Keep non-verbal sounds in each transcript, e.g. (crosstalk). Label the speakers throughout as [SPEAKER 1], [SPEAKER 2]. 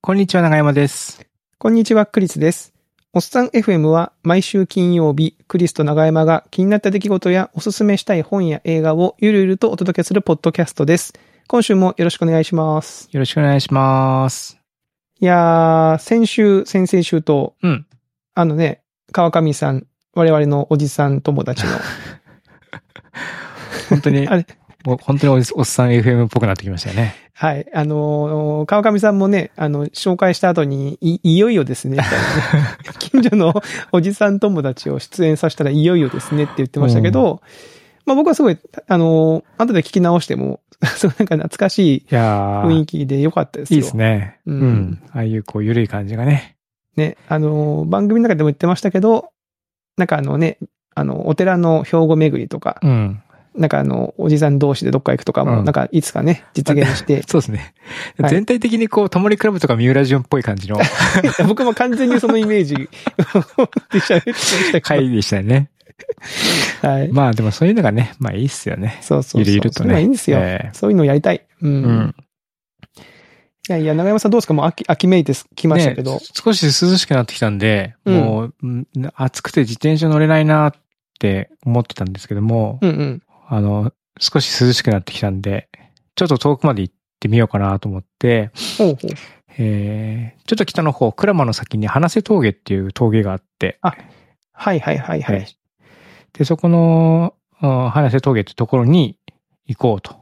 [SPEAKER 1] こんにちは、長山です。
[SPEAKER 2] こんにちは、クリスです。おっさん FM は毎週金曜日、クリスと長山が気になった出来事やおすすめしたい本や映画をゆるゆるとお届けするポッドキャストです。今週もよろしくお願いします。
[SPEAKER 1] よろしくお願いします。
[SPEAKER 2] いやー、先週、先々週と、
[SPEAKER 1] うん。
[SPEAKER 2] あのね、川上さん、我々のおじさん友達の、
[SPEAKER 1] 本当 (laughs) に
[SPEAKER 2] あれ、
[SPEAKER 1] もう本当におじおっさん FM っぽくなってきましたよね。
[SPEAKER 2] はい、あのー川上さんもね、あの、紹介した後に、い、いよいよで
[SPEAKER 1] (laughs)
[SPEAKER 2] すね、みたいなね近所のおじさん友達を出演させたらいよいよですねって言ってましたけど、まあ僕はすごい、あのー後で聞き直しても、 (laughs) そうなんか懐かしい
[SPEAKER 1] いやー、
[SPEAKER 2] 雰囲
[SPEAKER 1] い
[SPEAKER 2] 気で良かったですよ。
[SPEAKER 1] いですね。
[SPEAKER 2] う
[SPEAKER 1] うんん。ああいうこう、ゆるい感じがね。
[SPEAKER 2] ね、あのー番組の中でも言ってましたけど、なんかあのね、あの、お寺の兵庫巡りとか、
[SPEAKER 1] うん。
[SPEAKER 2] なんかあの、おじさん同士でどっか行くとかも、
[SPEAKER 1] うん
[SPEAKER 2] なんかいつかね、実現して、
[SPEAKER 1] そうですね。
[SPEAKER 2] はい
[SPEAKER 1] 全体的にこう、タモリクラブとか三浦淳っぽい感じ (laughs) の
[SPEAKER 2] (laughs) 僕も完全にそのイメージで喋ってましたけ
[SPEAKER 1] (laughs)
[SPEAKER 2] ど
[SPEAKER 1] 回でしたよね。
[SPEAKER 2] はい。
[SPEAKER 1] まあでもそういうのがね、まあいいっすよね。
[SPEAKER 2] そうそうそう。
[SPEAKER 1] ゆるゆるとね
[SPEAKER 2] それがいいんですよ。
[SPEAKER 1] ええ
[SPEAKER 2] そういうのをやりたい。う。
[SPEAKER 1] うんん。
[SPEAKER 2] いやいや、長山さんどうですかもう秋、秋めいてきましたけど。
[SPEAKER 1] ね少し涼しくなってきたんで、
[SPEAKER 2] うん
[SPEAKER 1] もう、うん暑くて自転車乗れないなって思ってたんですけども、
[SPEAKER 2] うんうん。
[SPEAKER 1] あの、少し涼しくなってきたんで、ちょっと遠くまで行ってみようかなと思って、
[SPEAKER 2] ほうほう。
[SPEAKER 1] えー、ちょっと北の方、鞍馬の先に花瀬峠っていう峠があって、
[SPEAKER 2] はいはいはいは。
[SPEAKER 1] はいいで、そこの、うん花瀬峠ってところに行こうと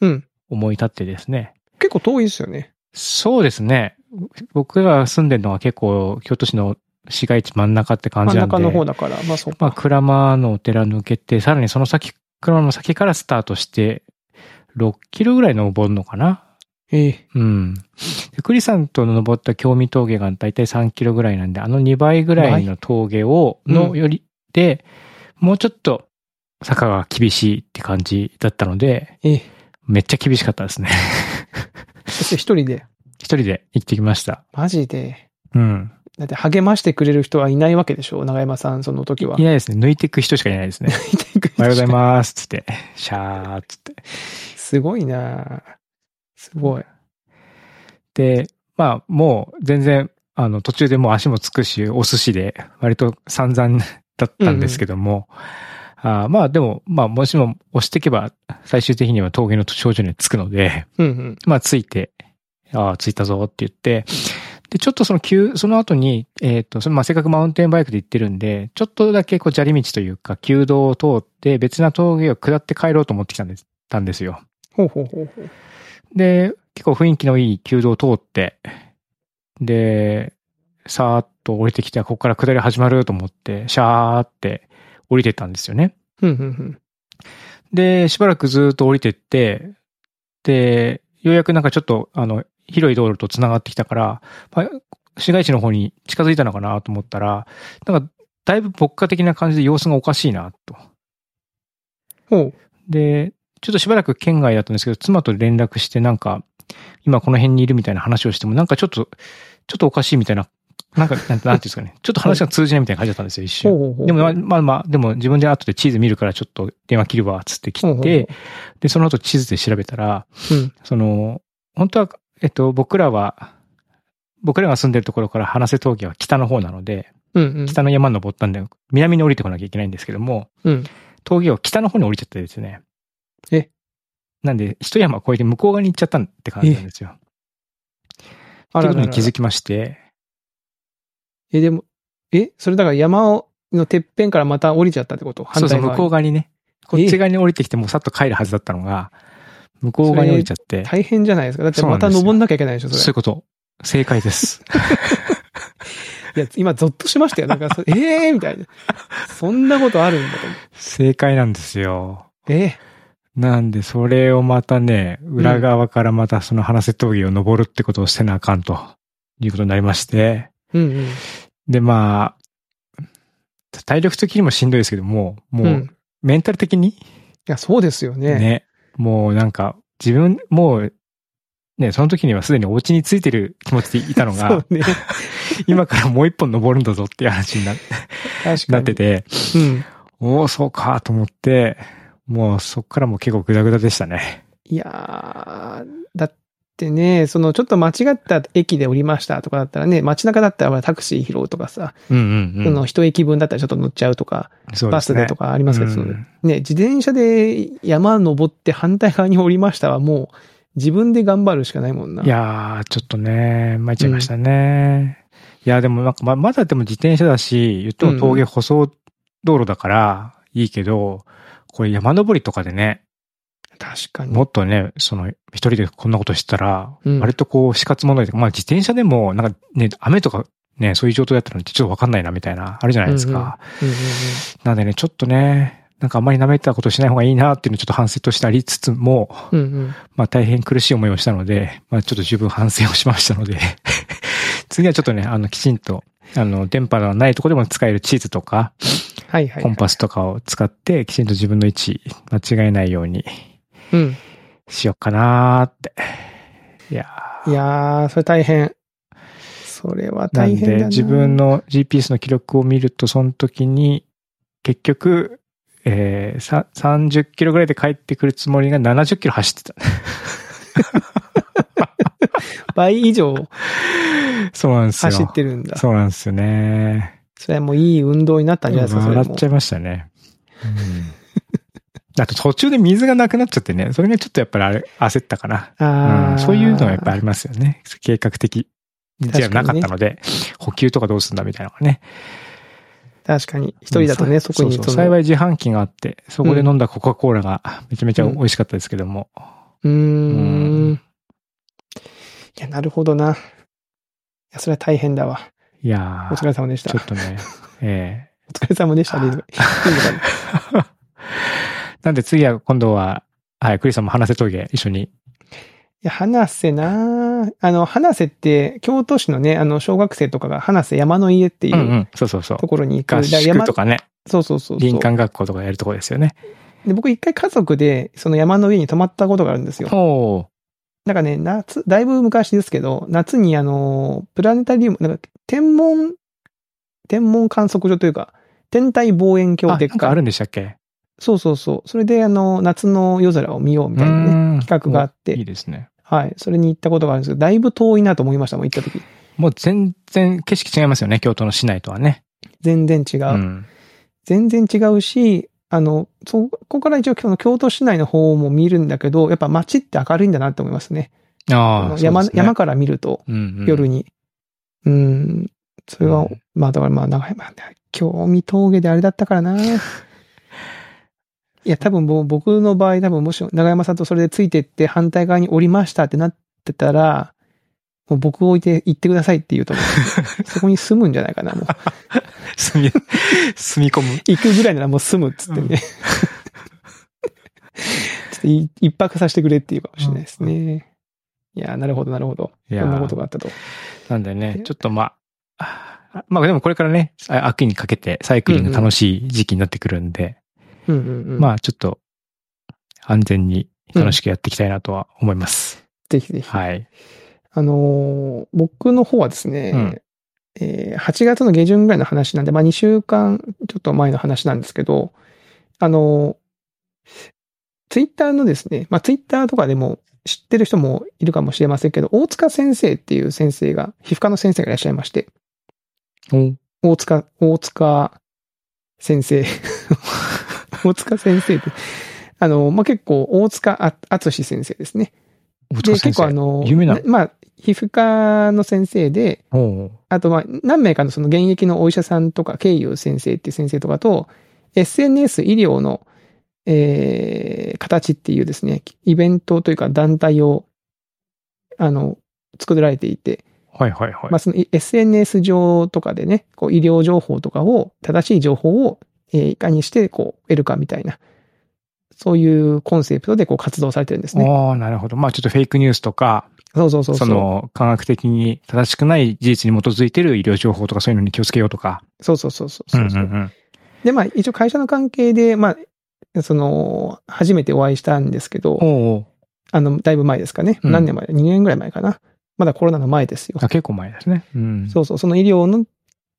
[SPEAKER 2] うん。
[SPEAKER 1] 思い立ってですね。
[SPEAKER 2] 結構遠いですよね。
[SPEAKER 1] そうですね。僕が住んでるのは結構、京都市の市街地真ん中って感
[SPEAKER 2] 真ん
[SPEAKER 1] じなんで。
[SPEAKER 2] 中の方だから。まあそうか。
[SPEAKER 1] まあ、鞍馬のお寺抜けて、さらにその先、鞍馬の先からスタートして、6キロぐらい登るのかな
[SPEAKER 2] ええ
[SPEAKER 1] うん。で栗さんと登った京見峠がだいたい3キロぐらいなんで、あの2倍ぐらいの峠を、
[SPEAKER 2] 倍う
[SPEAKER 1] の
[SPEAKER 2] ん
[SPEAKER 1] より、で、もうちょっと坂が厳しいって感じだったので、
[SPEAKER 2] ええ
[SPEAKER 1] めっちゃ厳しかったですね。 (laughs)
[SPEAKER 2] そして一人で。
[SPEAKER 1] 一人で行ってきました。
[SPEAKER 2] マジで。
[SPEAKER 1] うん。。
[SPEAKER 2] だって励ましてくれる人はいないわけでしょ長山さん、その時はい
[SPEAKER 1] ないですね。抜いていく人しかいないですね。おはようござい
[SPEAKER 2] す。
[SPEAKER 1] ます。つって、シャーっつって。
[SPEAKER 2] すごいなあすごい。
[SPEAKER 1] で、まあ、もう全然、あの、途中でもう足もつくし、お寿司で、割と散々 (laughs) だったんですけども、あーまあでも、まあ、もしも押していけば、最終的には峠の頂上には着くので、 (laughs)
[SPEAKER 2] うんうん。
[SPEAKER 1] まあ、ついて、ああ、着いたぞって言って、で、ちょっとその急、その後に、えっ、と、その、まあ、せっかくマウンテンバイクで行ってるんで、ちょっとだけこう、砂利道というか、旧道を通って、別な峠を下って帰ろうと思ってきたんです、たんですよ。
[SPEAKER 2] ほうほうほうほう。
[SPEAKER 1] で、結構雰囲気のいい旧道を通って、で、さーっと降りてきて、ここから下り始まると思って、シャーって降りてったんですよね。
[SPEAKER 2] うんうんうん。
[SPEAKER 1] で、しばらくずーっと降りてって、で、ようやくなんかちょっと、あの、広い道路と繋がってきたから、まあ市街地の方に近づいたのかなと思ったら、なんか、だいぶ牧歌的な感じで様子がおかしいな、と。
[SPEAKER 2] ほう。
[SPEAKER 1] で、ちょっとしばらく県外だったんですけど、妻と連絡してなんか、今この辺にいるみたいな話をしても、なんかちょっと、ちょっとおかしいみたいな、なんか、なんなんていうんですかね、 (laughs) ちょっと話が通じないみたいな感じだったんですよ、一
[SPEAKER 2] ほう
[SPEAKER 1] 瞬。
[SPEAKER 2] ほうほう。
[SPEAKER 1] でもまあまあまあ、でも自分で後で地図見るからちょっと電話切るわ、つって切
[SPEAKER 2] ほう
[SPEAKER 1] っ
[SPEAKER 2] ほうほう、
[SPEAKER 1] て、で、その後地図で調べたら、
[SPEAKER 2] うん
[SPEAKER 1] その、本当は、えっと、僕らは、僕らが住んでるところから花瀬峠は北の方なので、
[SPEAKER 2] うんうん。
[SPEAKER 1] 北の山登ったんで、南に降りてこなきゃいけないんですけども、
[SPEAKER 2] うん。
[SPEAKER 1] 峠を北の方に降りちゃってですね。
[SPEAKER 2] え
[SPEAKER 1] なんで、一山越えて向こう側に行っちゃったって感じなんですよ。
[SPEAKER 2] あ
[SPEAKER 1] という
[SPEAKER 2] ら
[SPEAKER 1] こ
[SPEAKER 2] ら
[SPEAKER 1] と
[SPEAKER 2] ら
[SPEAKER 1] に
[SPEAKER 2] ら
[SPEAKER 1] 気づきまして、
[SPEAKER 2] え、でも、え、それだから山を、のてっぺんからまた降りちゃったってこと
[SPEAKER 1] そ
[SPEAKER 2] 反
[SPEAKER 1] うそ
[SPEAKER 2] 対
[SPEAKER 1] う、向
[SPEAKER 2] 側
[SPEAKER 1] こう側にね、こっち側に降りてきてもうさっと帰るはずだったのが、向こう側に降りちゃって、
[SPEAKER 2] 大変じゃないですか。だって
[SPEAKER 1] そうな
[SPEAKER 2] ま
[SPEAKER 1] んです
[SPEAKER 2] た
[SPEAKER 1] よ
[SPEAKER 2] 登んなきゃいけないでしょ、それ。
[SPEAKER 1] そういうこと。正解 (laughs) です。
[SPEAKER 2] いや、今、ゾッとしましたよ。なんかそ、
[SPEAKER 1] (laughs)
[SPEAKER 2] ええー、みたいな。そんなことあるんだと思って。
[SPEAKER 1] 正解なんですよ。
[SPEAKER 2] え
[SPEAKER 1] なんで、それをまたね、裏側からまたその花瀬峠を登るってことをしてなあかんということになりまして、
[SPEAKER 2] えうんうん。
[SPEAKER 1] で、まあ、体力的にもしんどいですけども、も
[SPEAKER 2] うん。
[SPEAKER 1] う
[SPEAKER 2] い、
[SPEAKER 1] メンタル的に、
[SPEAKER 2] や、そうですよね。
[SPEAKER 1] ね。もうなんか、自分、もう、ね、その時にはすでにお家についてる気持ちでいたの
[SPEAKER 2] そ
[SPEAKER 1] が
[SPEAKER 2] う、ね。
[SPEAKER 1] (laughs) 今からもう一本登るんだぞっていう話にな
[SPEAKER 2] 確かに。
[SPEAKER 1] なって。て、
[SPEAKER 2] うん。
[SPEAKER 1] おお、そうかと思って、もうそっからもう結構グダグダでしたね。
[SPEAKER 2] いやー、だっってね、そのちょっと間違った駅で降りましたとかだったらね、街中だったらまあタクシー拾うとかさ、
[SPEAKER 1] うんうんうん。
[SPEAKER 2] その一駅分だったらちょっと乗っちゃうとか、
[SPEAKER 1] そう
[SPEAKER 2] バ
[SPEAKER 1] で
[SPEAKER 2] ス
[SPEAKER 1] すね、
[SPEAKER 2] でとかありますけど、その
[SPEAKER 1] うん
[SPEAKER 2] ね、自転車で山登って反対側に降りましたはもう自分で頑張るしかないもんな。
[SPEAKER 1] いやー、ちょっとね、参っちゃいましたね。いや、でもなんかま、まだでも自転車だし、言っても峠舗装道路だからいいけど、これ山登りとかでね、
[SPEAKER 2] 確かに。
[SPEAKER 1] もっとね、その、一人でこんなことしてたら、
[SPEAKER 2] うん
[SPEAKER 1] 割とこう、死活問題とか、まあ自転車でも、なんかね、雨とか、ね、そういう状態だったのってちょっとわかんないな、みたいな、あるじゃないですか。
[SPEAKER 2] うんうんうんうん
[SPEAKER 1] なんでね、ちょっとね、なんかあんまり舐めたことしない方がいいなっていうのをちょっと反省としてありつつも、
[SPEAKER 2] うんうん。
[SPEAKER 1] まあ大変苦しい思いをしたので、まあちょっと十分反省をしましたので、 (laughs) 次はちょっとね、あの、きちんと、あの、電波のないところでも使える地図とか、
[SPEAKER 2] はいはい、はい。
[SPEAKER 1] コンパスとかを使って、きちんと自分の位置、間違えないように
[SPEAKER 2] うん。
[SPEAKER 1] しようかなーって。いやー
[SPEAKER 2] いやー、それ大変。それは
[SPEAKER 1] な
[SPEAKER 2] 大
[SPEAKER 1] ん
[SPEAKER 2] 変だな。
[SPEAKER 1] で、自分の GPS の記録を見ると、その時に、結局、えー、さ30キロぐらいで帰ってくるつもりが70キロ走ってた。 (laughs)
[SPEAKER 2] 倍以上
[SPEAKER 1] そうなんですよ。
[SPEAKER 2] 走ってるんだ。
[SPEAKER 1] そうなんですよね。
[SPEAKER 2] それはもういい運動になったんじゃないですか、それ
[SPEAKER 1] 笑
[SPEAKER 2] も。
[SPEAKER 1] っちゃいましたね。 (laughs) あと途中で水がなくなっちゃってね、それがちょっとやっぱりあれ焦ったかな。
[SPEAKER 2] あ
[SPEAKER 1] う
[SPEAKER 2] ー
[SPEAKER 1] んそういうのはやっぱりありますよね。計画的じゃなかったので、補給とかどうするんだみたいなのがね。
[SPEAKER 2] 確かに。一人だとね、そこに
[SPEAKER 1] そうそう
[SPEAKER 2] の
[SPEAKER 1] 幸い自販機があって、そこで飲んだコカ・コーラがめちゃめちゃ美味しかったですけども。
[SPEAKER 2] うー
[SPEAKER 1] うん
[SPEAKER 2] ん。いや、なるほどな。いや、それは大変だわ。
[SPEAKER 1] いや
[SPEAKER 2] お疲
[SPEAKER 1] ー、
[SPEAKER 2] れ様でした。
[SPEAKER 1] ちょ
[SPEAKER 2] お
[SPEAKER 1] っとね、ええ
[SPEAKER 2] 疲れ様でしたね。いいのかな
[SPEAKER 1] なんで次は今度は、はい、クリスさんも話せ峠一緒に。、
[SPEAKER 2] いや、花瀬なあの、花瀬って、京都市のね、あの、小学生とかが花瀬山の家っていううん
[SPEAKER 1] そうそうそう
[SPEAKER 2] と。ころに行く。
[SPEAKER 1] 合
[SPEAKER 2] だら
[SPEAKER 1] 宿
[SPEAKER 2] 山
[SPEAKER 1] とかね、
[SPEAKER 2] そうそうそうそう。
[SPEAKER 1] 林間学校とかやるとこですよね。
[SPEAKER 2] で、僕一回家族で、その山の上に泊まったことがあるんですよ。
[SPEAKER 1] おー
[SPEAKER 2] なんかね、夏、だいぶ昔ですけど、夏にあの、プラネタリウム、なんか、天文、天文観測所というか、天体望遠鏡
[SPEAKER 1] あ
[SPEAKER 2] でっ
[SPEAKER 1] なんかあ
[SPEAKER 2] かい
[SPEAKER 1] るんでしたっけ
[SPEAKER 2] そうそうそう。それであの、夏の夜空を見ようみたいなね、
[SPEAKER 1] うーん
[SPEAKER 2] 企画があっ
[SPEAKER 1] いい
[SPEAKER 2] て、
[SPEAKER 1] ですね。
[SPEAKER 2] はい。それに行ったことがあるんですけど、だいぶ遠いなと思いましたもん、行った時。
[SPEAKER 1] もう全然景色違いますよね、京都の市内とはね。
[SPEAKER 2] 全然違う。
[SPEAKER 1] うん。
[SPEAKER 2] 全然違うし、あの、そこから一応その京都市内の方も見るんだけど、やっぱ街って明るいんだなって思いますね。あ
[SPEAKER 1] あ
[SPEAKER 2] の
[SPEAKER 1] あ、
[SPEAKER 2] 山、
[SPEAKER 1] そうですね
[SPEAKER 2] 山、から見ると。
[SPEAKER 1] うんうん
[SPEAKER 2] 夜に。うん。それは、
[SPEAKER 1] うん
[SPEAKER 2] まあだからまあ長い、まあ、興味峠であれだったか
[SPEAKER 1] (laughs)
[SPEAKER 2] らな。いや、多分もう僕の場合、多分もし長山さんとそれでついてって反対側に降りましたってなってたら、もう僕を置いて行ってくださいって言うと
[SPEAKER 1] (laughs)
[SPEAKER 2] 思う。そこに住むんじゃないかな、もう。
[SPEAKER 1] 住み、 (laughs) 住み込む。
[SPEAKER 2] 行くぐらいならもう住むっつって
[SPEAKER 1] うん
[SPEAKER 2] (laughs) ね。ちょっとい一泊させてくれっていうかもしれないですね。いや、なるほど、なるほど。
[SPEAKER 1] い
[SPEAKER 2] こ
[SPEAKER 1] やー
[SPEAKER 2] んなことがあったと。
[SPEAKER 1] なんでね、ちょっとまあ、あまあでもこれからね、あ秋にかけてサイクリング楽しい時期になってくるんで、
[SPEAKER 2] うんうんうん。
[SPEAKER 1] まあちょっと安全に楽しくやっていきたいなとは思います。
[SPEAKER 2] ぜひぜひ。
[SPEAKER 1] はい。
[SPEAKER 2] あのー僕の方はですね、
[SPEAKER 1] うん
[SPEAKER 2] えー8月の下旬ぐらいの話なんで、まあ2週間ちょっと前の話なんですけど、あのツイッター Twitter のですね、まあツイッターとかでも知ってる人もいるかもしれませんけど、大塚先生っていう先生が、皮膚科の先生がいらっしゃいまして、
[SPEAKER 1] お
[SPEAKER 2] 大塚、大塚先生。 (laughs) 大塚先生って、あの、まあ、結構、大塚あ厚志先生ですね。
[SPEAKER 1] 大
[SPEAKER 2] で、
[SPEAKER 1] 塚先
[SPEAKER 2] 結
[SPEAKER 1] 生。
[SPEAKER 2] 構あの、
[SPEAKER 1] 有名なの
[SPEAKER 2] まあ、皮膚科の先生で、
[SPEAKER 1] おう
[SPEAKER 2] あとまあ、何名かのその現役のお医者さんとか、経由先生っていう先生とかと、SNS 医療の、えー、形っていうですね、イベントというか団体を、あの、作られていて、
[SPEAKER 1] はいはいはい。
[SPEAKER 2] まあ、そのい SNS 上とかでね、こう医療情報とかを、正しい情報を、えーいかにして、こう、得るかみたいな、そういうコンセプトで、こう、活動されてるんですね。
[SPEAKER 1] ああ、なるほど。まあちょっとフェイクニュースとか、
[SPEAKER 2] そうそうそ
[SPEAKER 1] そう
[SPEAKER 2] そう。
[SPEAKER 1] の科学的に正しくない事実に基づいている医療情報とかそういうのに気をつけようとか。
[SPEAKER 2] そうそうそうそうそうそう
[SPEAKER 1] うんうんうん
[SPEAKER 2] で、まあ、一応会社の関係で、まあ、その、初めてお会いしたんですけど、
[SPEAKER 1] おうおう
[SPEAKER 2] あの、だいぶ前ですかね。
[SPEAKER 1] うん
[SPEAKER 2] 何年前 ?2 年ぐらい前かな。まだコロナの前ですよ
[SPEAKER 1] あ。結構前ですね。うん。
[SPEAKER 2] そうそう、その医療の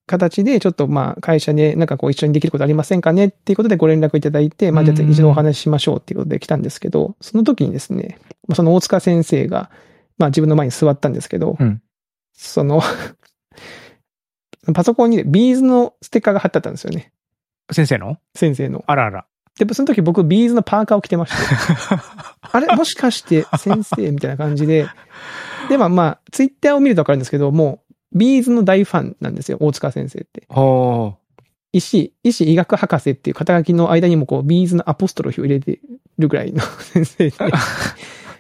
[SPEAKER 2] 形で、ちょっとまあ、会社でなんかこう一緒にできることありませんかねっていうことでご連絡いただいて、まあ、じゃあ一度お話ししましょうっていうことで来たんですけど、その時にですね、まあその大塚先生が、まあ自分の前に座ったんですけど、
[SPEAKER 1] うん
[SPEAKER 2] その、パソコンにね、ビーズのステッカーが貼ってあったんですよね。
[SPEAKER 1] 先生の
[SPEAKER 2] 先生の。
[SPEAKER 1] あらあら。
[SPEAKER 2] で、その時僕ビーズのパーカーを着てまして。
[SPEAKER 1] (laughs)
[SPEAKER 2] あれもしかして先生みたいな感じで。で、まあまあ、ツイッターを見るとわかるんですけど、もう、ビーズの大ファンなんですよ、大塚先生って。
[SPEAKER 1] ほ
[SPEAKER 2] 医師、医師医学博士っていう肩書きの間にもこう、ビーズのアポストロフィーを入れてるぐらいの
[SPEAKER 1] (laughs)
[SPEAKER 2] 先生で。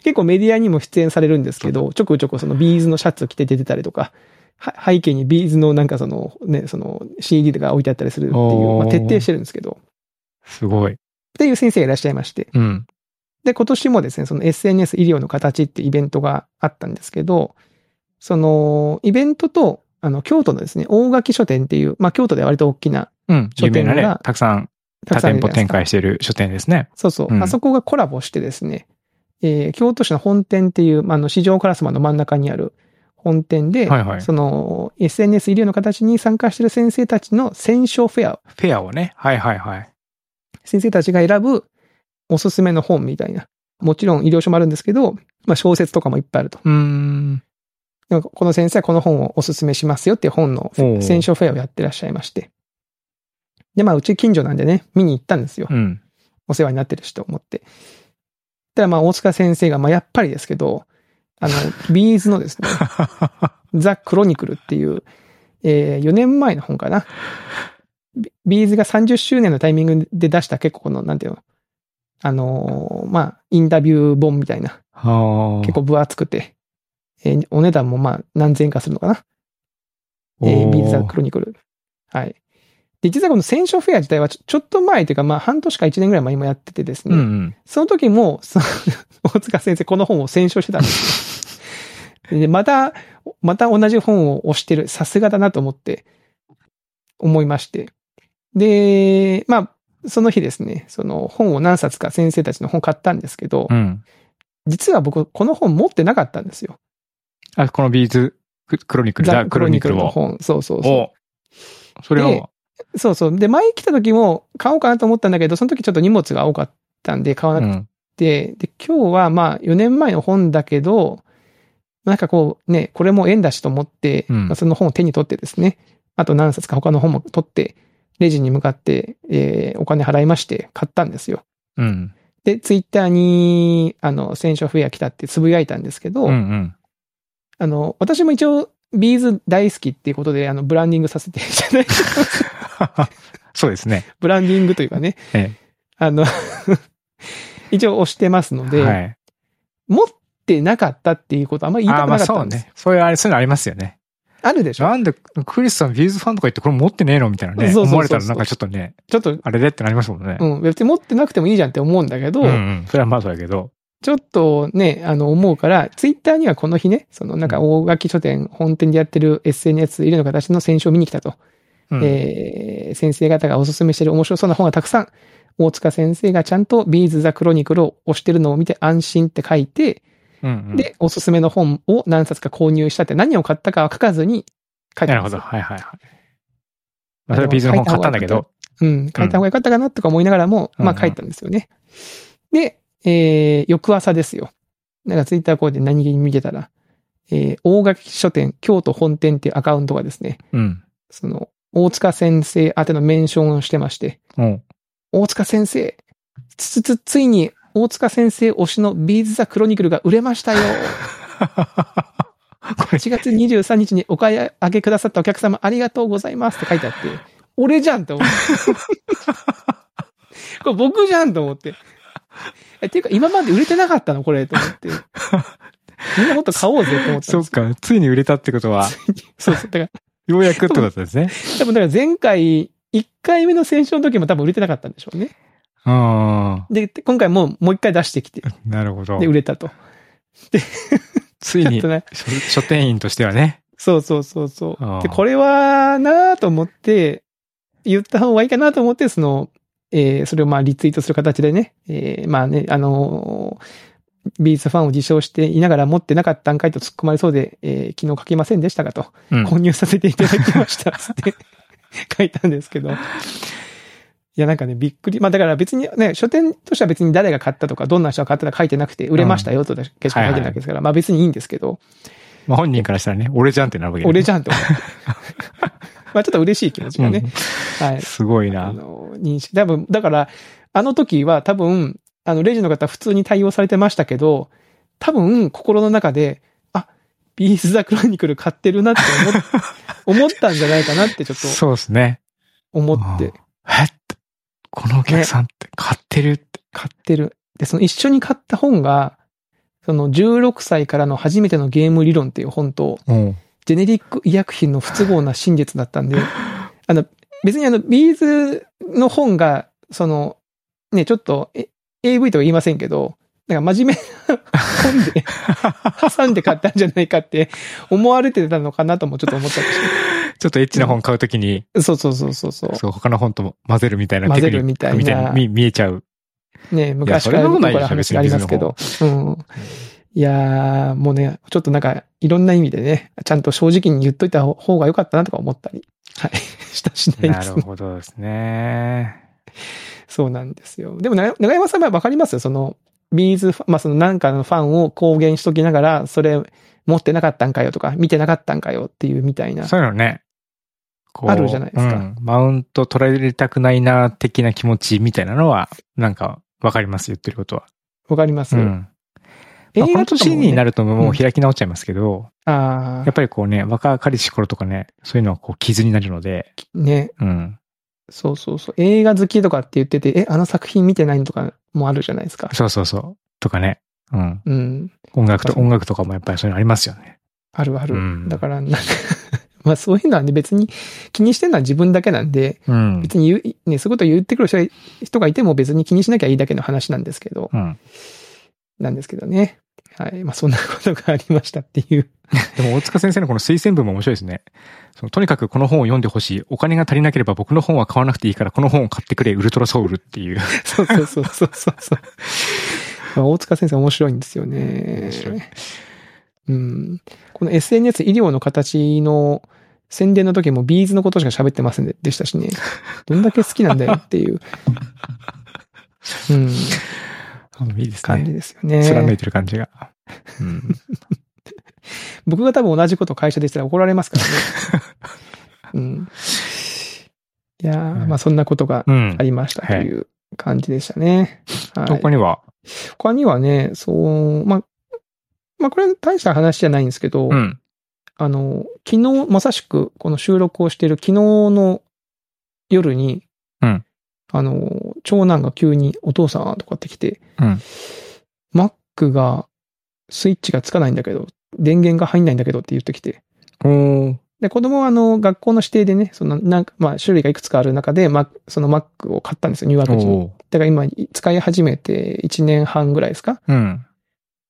[SPEAKER 2] 結構メディアにも出演されるんですけど、ちょくちょくそのビーズのシャツを着て出てたりとか、は背景にビーズのなんかそのね、その CD とか置いてあったりするっていう、
[SPEAKER 1] おー
[SPEAKER 2] まあ、徹底してるんですけど、
[SPEAKER 1] う。すごい。
[SPEAKER 2] っていう先生がいらっしゃいまして、
[SPEAKER 1] うん。
[SPEAKER 2] で、今年もですね、その SNS 医療の形ってイベントがあったんですけど、その、イベントと、あの、京都のですね、大垣書店っていう、まあ、京都では割と大きな、
[SPEAKER 1] うん。
[SPEAKER 2] 書
[SPEAKER 1] 有名
[SPEAKER 2] 店が
[SPEAKER 1] なね、たくさん多
[SPEAKER 2] たくさ
[SPEAKER 1] 店
[SPEAKER 2] んあ
[SPEAKER 1] 舗
[SPEAKER 2] るじゃな
[SPEAKER 1] 展
[SPEAKER 2] いですか
[SPEAKER 1] 開している書店ですね。
[SPEAKER 2] そうそう、
[SPEAKER 1] うん
[SPEAKER 2] あそこがコラボしてですね、えー京都市の本店っていう、まあ、あの、市場烏丸の真ん中にある本店で、
[SPEAKER 1] はいはい
[SPEAKER 2] その、SNS 医療の形に参加してる先生たちの選書フェア、
[SPEAKER 1] フェアをね。はいはいはい。
[SPEAKER 2] 先生たちが選ぶおすすめの本みたいな、もちろん医療書もあるんですけど、まあ、小説とかもいっぱいあると。
[SPEAKER 1] うーん。
[SPEAKER 2] なんかこの先生はこの本をおすすめしますよっていう本の
[SPEAKER 1] おう
[SPEAKER 2] 選書フェアをやってらっしゃいまして。で、まあ、うち近所なんでね、見に行ったんですよ。
[SPEAKER 1] (laughs) うん。
[SPEAKER 2] お世話になってるしと思って。たら、まあ、大塚先生が、まあ、やっぱりですけど、あの、 (laughs) ビーズのですね、ザ・クロニクルっていう、えー、4年前の本かな。ビビーズが30周年のタイミングで出した結構この、なんていうの、あのーまあ、インタビュー本みたいな、
[SPEAKER 1] はあ。
[SPEAKER 2] 結構分厚くて、えーお値段もまあ何千円かするのかな。えー
[SPEAKER 1] おー
[SPEAKER 2] ビーズ・ザ・クロニクル。はい。で、実はこの戦勝フェア自体はちょちょっと前というか、まあ半年か1年ぐらい前にもやっててですね、
[SPEAKER 1] うんうん。
[SPEAKER 2] その時も、その (laughs) 大塚先生この本を戦勝してたんです
[SPEAKER 1] (laughs)
[SPEAKER 2] よ。で、また、また同じ本を押してる、さすがだなと思って、思いまして。で、まあ、その日ですね、その本を何冊か先生たちの本買ったんですけど、
[SPEAKER 1] うん。
[SPEAKER 2] 実は僕、この本持ってなかったんですよ。
[SPEAKER 1] あ、このビーズククロニクル、ザ・クロニクル
[SPEAKER 2] の
[SPEAKER 1] を。
[SPEAKER 2] 本。そうそうそ
[SPEAKER 1] おそれ
[SPEAKER 2] で
[SPEAKER 1] を。
[SPEAKER 2] う。そうそう。で、前来た時も買おうかなと思ったんだけど、その時ちょっと荷物が多かったんで買わ
[SPEAKER 1] う
[SPEAKER 2] なく
[SPEAKER 1] ん。
[SPEAKER 2] て、で、今日はまあ4年前の本だけど、なんかこうね、これも縁だしと思って、
[SPEAKER 1] うん
[SPEAKER 2] まあその本を手に取ってですね、あと何冊か他の本も取って、レジに向かって、えーお金払いまして買ったんですよ。
[SPEAKER 1] うん。
[SPEAKER 2] で、ツイッターに、あの、選書フェア来たってつぶやいたんですけど、
[SPEAKER 1] うんうん。
[SPEAKER 2] あの、私も一応、ビーズ大好きっていうことで、あの、ブランディングさせて、じゃない、
[SPEAKER 1] そうですね。
[SPEAKER 2] ブランディングというかね、
[SPEAKER 1] え
[SPEAKER 2] あの、 (laughs) 一応押してますの
[SPEAKER 1] え。
[SPEAKER 2] で、
[SPEAKER 1] はい。
[SPEAKER 2] 持ってなかったっていうことあんまり言い
[SPEAKER 1] あ
[SPEAKER 2] た
[SPEAKER 1] あ、
[SPEAKER 2] く
[SPEAKER 1] ま
[SPEAKER 2] な
[SPEAKER 1] あ
[SPEAKER 2] かった
[SPEAKER 1] そうん
[SPEAKER 2] です。あ
[SPEAKER 1] ね。そういう、あれ、そういうのありますよね。
[SPEAKER 2] るでしょ
[SPEAKER 1] なんで、クリスさんビーズファンとか言ってこれ持ってねえのみたいなね。
[SPEAKER 2] そうそうそうそう
[SPEAKER 1] 思われたらなんかちょっとね、
[SPEAKER 2] ちょっと、
[SPEAKER 1] あれでってなりますもんね。
[SPEAKER 2] うん、別に持ってなくてもいいじゃんって思うんだけど、
[SPEAKER 1] うんうん。それはまあそうだけど。
[SPEAKER 2] ちょっとね、あの、思うから、ツイッターにはこの日ね、そのなんか大垣書店本店でやってる SNS 入れの形の選書を見に来たと。
[SPEAKER 1] うん
[SPEAKER 2] えー先生方がおすすめしてる面白そうな本がたくさん、大塚先生がちゃんとビーズ・ザ・クロニクルを押してるのを見て安心って書いて、
[SPEAKER 1] うんうん。
[SPEAKER 2] で、おすすめの本を何冊か購入したって何を買ったかは書かずに書いて
[SPEAKER 1] な
[SPEAKER 2] あ
[SPEAKER 1] るほ
[SPEAKER 2] んです
[SPEAKER 1] ど。
[SPEAKER 2] よ。
[SPEAKER 1] はいはいはい。まあ、それはビーズの本買ったんだけど。
[SPEAKER 2] うん、書いた方が良かったかなとか思いながらも、
[SPEAKER 1] うん
[SPEAKER 2] ま
[SPEAKER 1] う
[SPEAKER 2] あ
[SPEAKER 1] ん
[SPEAKER 2] 書いたんですよね。で、えー、翌朝ですよ。なんかツイッターこうで何気に見てたら、えー、大垣書店京都本店っていうアカウントがですね、
[SPEAKER 1] うん。
[SPEAKER 2] その、大塚先生宛てのメンションをしてまして、
[SPEAKER 1] うん。
[SPEAKER 2] 大塚先生、つつつついに大塚先生推しのビーズ・ザ・クロニクルが売れましたよ。
[SPEAKER 1] これ、
[SPEAKER 2] 1月23日にお買い上げくださったお客様ありがとうございますって書いてあって、俺じゃんって思って。 (laughs) これ僕じゃんと思って。えっていうか今まで売れてなかったのこれと思って。みんなもっと買おうぜと思ったん
[SPEAKER 1] (laughs) そ
[SPEAKER 2] で
[SPEAKER 1] っ
[SPEAKER 2] す
[SPEAKER 1] か。ついに売れたってことは、
[SPEAKER 2] そうそう。だか
[SPEAKER 1] ようやくってことですね。
[SPEAKER 2] ら、多分だから前回、1回目の選書の時も多分売れてなかったんでしょうね。
[SPEAKER 1] うん。な
[SPEAKER 2] で、今回もうもう一回出してきて、
[SPEAKER 1] るほど
[SPEAKER 2] で、。売れたと。
[SPEAKER 1] つい
[SPEAKER 2] ちょっ
[SPEAKER 1] に
[SPEAKER 2] と、ね、
[SPEAKER 1] 書書店員としてはね。
[SPEAKER 2] そうそうそうそ
[SPEAKER 1] あ
[SPEAKER 2] う。
[SPEAKER 1] ー
[SPEAKER 2] で、これはなぁと思って、言った方がいいかなと思って、その、えーそれをまあリツイートする形でね、えーまあね、あのービーズファンを自称していながら持ってなかったんかいと突っ込まれそうで、えー昨日書きませんでしたかと、
[SPEAKER 1] うん。 (laughs)
[SPEAKER 2] 購入させていただきました、つって書いたんですけど。いいや、なんかね、びっくり。まあ、だから別にね、書店としては別に誰が買ったとか、どんな人が買ったとか書いてなくて、売れましたよとだけしか書いてないわけですから、まあ別にいいんですけど、
[SPEAKER 1] まあ本人からしたらね、俺じゃんってなるわけ
[SPEAKER 2] 俺
[SPEAKER 1] ゃ
[SPEAKER 2] じゃんと思って。まあちょっと嬉しい気持ちがね。はい。
[SPEAKER 1] すごい
[SPEAKER 2] あ
[SPEAKER 1] な。
[SPEAKER 2] の、認識。多分、だから、あの時は多分、あの、レジの方普通に対応されてましたけど、多分、心の中で、あ、ビーズ・ザ・クロニクル買ってるなって思っ思ったんじゃないかなってちょっと
[SPEAKER 1] そうですね。
[SPEAKER 2] 思って、
[SPEAKER 1] えっとこのお客さんって買ってるって。
[SPEAKER 2] 買ってる。で、その一緒に買った本が、その16歳からの初めてのゲーム理論っていう本と、
[SPEAKER 1] うん。
[SPEAKER 2] ジェネリック医薬品の不都合な真実
[SPEAKER 1] (laughs)
[SPEAKER 2] だったんで、あの、別にあの、ビーズの本が、その、ね、ちょっと、え AV とは言いませんけど、なんか真面目な本で、挟んで買ったんじゃないかって思われてたのかなともちょっと思ったりして。
[SPEAKER 1] ちょっとエッチな本買うときに、
[SPEAKER 2] そうそうそうそうそ
[SPEAKER 1] そう、他の本とも混ぜるみたいなテクニック
[SPEAKER 2] 混ぜるみたいな
[SPEAKER 1] 見見えちゃう。
[SPEAKER 2] う。ね、昔
[SPEAKER 1] そ
[SPEAKER 2] か
[SPEAKER 1] れ
[SPEAKER 2] ら
[SPEAKER 1] でも
[SPEAKER 2] よく
[SPEAKER 1] ない
[SPEAKER 2] ある話がありますけど。うん。いやー、もうね、ちょっとなんか、いろんな意味でね、ちゃんと正直に言っといた方が良かったなとか思ったり、はい、したしない
[SPEAKER 1] な
[SPEAKER 2] ですね
[SPEAKER 1] るほどですね。
[SPEAKER 2] そうなんですよ。でもな、長山さんはわかりますよ。その、ビーズファン、まあ、そのなんかのファンを公言しときながら、それ持ってなかったんかよとか、見てなかったんかよっていうみたいな。
[SPEAKER 1] そういうのね。こう
[SPEAKER 2] あるじゃないですか
[SPEAKER 1] うんマウント取られたくないな、的な気持ちみたいなのは、なんか、わかります、言ってることは。
[SPEAKER 2] わかります、
[SPEAKER 1] うん。
[SPEAKER 2] 映
[SPEAKER 1] まあこ
[SPEAKER 2] 画
[SPEAKER 1] の
[SPEAKER 2] とかも
[SPEAKER 1] 年
[SPEAKER 2] ね、
[SPEAKER 1] になるとも
[SPEAKER 2] うん
[SPEAKER 1] う開き直っちゃいますけど、
[SPEAKER 2] あ
[SPEAKER 1] やっぱりこうね、若かりし頃とかね、そういうのはこう傷になるので、
[SPEAKER 2] あ、ね。
[SPEAKER 1] うん。
[SPEAKER 2] そうそうそう。映画好きとかって言ってて、え、あの作品見てないのとかもあるじゃないですか。
[SPEAKER 1] そうそうそう。とかね。うん。
[SPEAKER 2] うん。
[SPEAKER 1] 音楽と、
[SPEAKER 2] そう
[SPEAKER 1] 音楽とかもやっぱりそういうのありますよね。
[SPEAKER 2] あるある。
[SPEAKER 1] うん
[SPEAKER 2] だから、なんか、 (laughs) まあそういうのはね、別に気にしてるのは自分だけなんで、
[SPEAKER 1] うん。
[SPEAKER 2] 別に言う、ね、そういうこと言ってくる人が人がいても別に気にしなきゃいいだけの話なんですけど。
[SPEAKER 1] うん。
[SPEAKER 2] なんですけどね。はい。まあ、そんなことがありましたっていう。 (laughs)
[SPEAKER 1] でも大塚先生のこの推薦文も面白いですね。そのとにかくこの本を読んでほしい。お金が足りなければ僕の本は買わなくていいからこの本を買ってくれ、ウルトラソウルっていう。
[SPEAKER 2] そうそうそうそうそうそう。まあ、大塚先生面白いんですよね
[SPEAKER 1] 面白い。
[SPEAKER 2] うん。この SNS 医療の形の宣伝の時もビーズのことしか喋ってませんででしたし
[SPEAKER 1] (laughs)
[SPEAKER 2] ね。どんだけ好きなんだよっていう。うん。
[SPEAKER 1] あのいいです
[SPEAKER 2] 感じ
[SPEAKER 1] ね。
[SPEAKER 2] ですよね。
[SPEAKER 1] 貫いてる感じが。うん。
[SPEAKER 2] 僕が多分同じこと会社でしたら怒られますからね。
[SPEAKER 1] (laughs)
[SPEAKER 2] うん。いやー、まあそんなことが
[SPEAKER 1] うん
[SPEAKER 2] あ。りましたという感じでしたね。はい
[SPEAKER 1] 他には、
[SPEAKER 2] 他にはね、そう、まあ、まあこれは大した話じゃないんですけど、
[SPEAKER 1] うん。
[SPEAKER 2] あの、昨日、まさしくこの収録をしている昨日の夜に、
[SPEAKER 1] うん
[SPEAKER 2] あの、長男が急にお父さんとかって来て、
[SPEAKER 1] うん。
[SPEAKER 2] Mac がスイッチがつかないんだけど、電源が入んないんだけどって言ってきて、
[SPEAKER 1] おー
[SPEAKER 2] で、子供はあの、学校の指定でね、その、なんか、まあ、種類がいくつかある中で、ま、その Mac を買ったんですよ、入学時に。
[SPEAKER 1] おー
[SPEAKER 2] だから今、使い始めて1年半ぐらいですか
[SPEAKER 1] うん。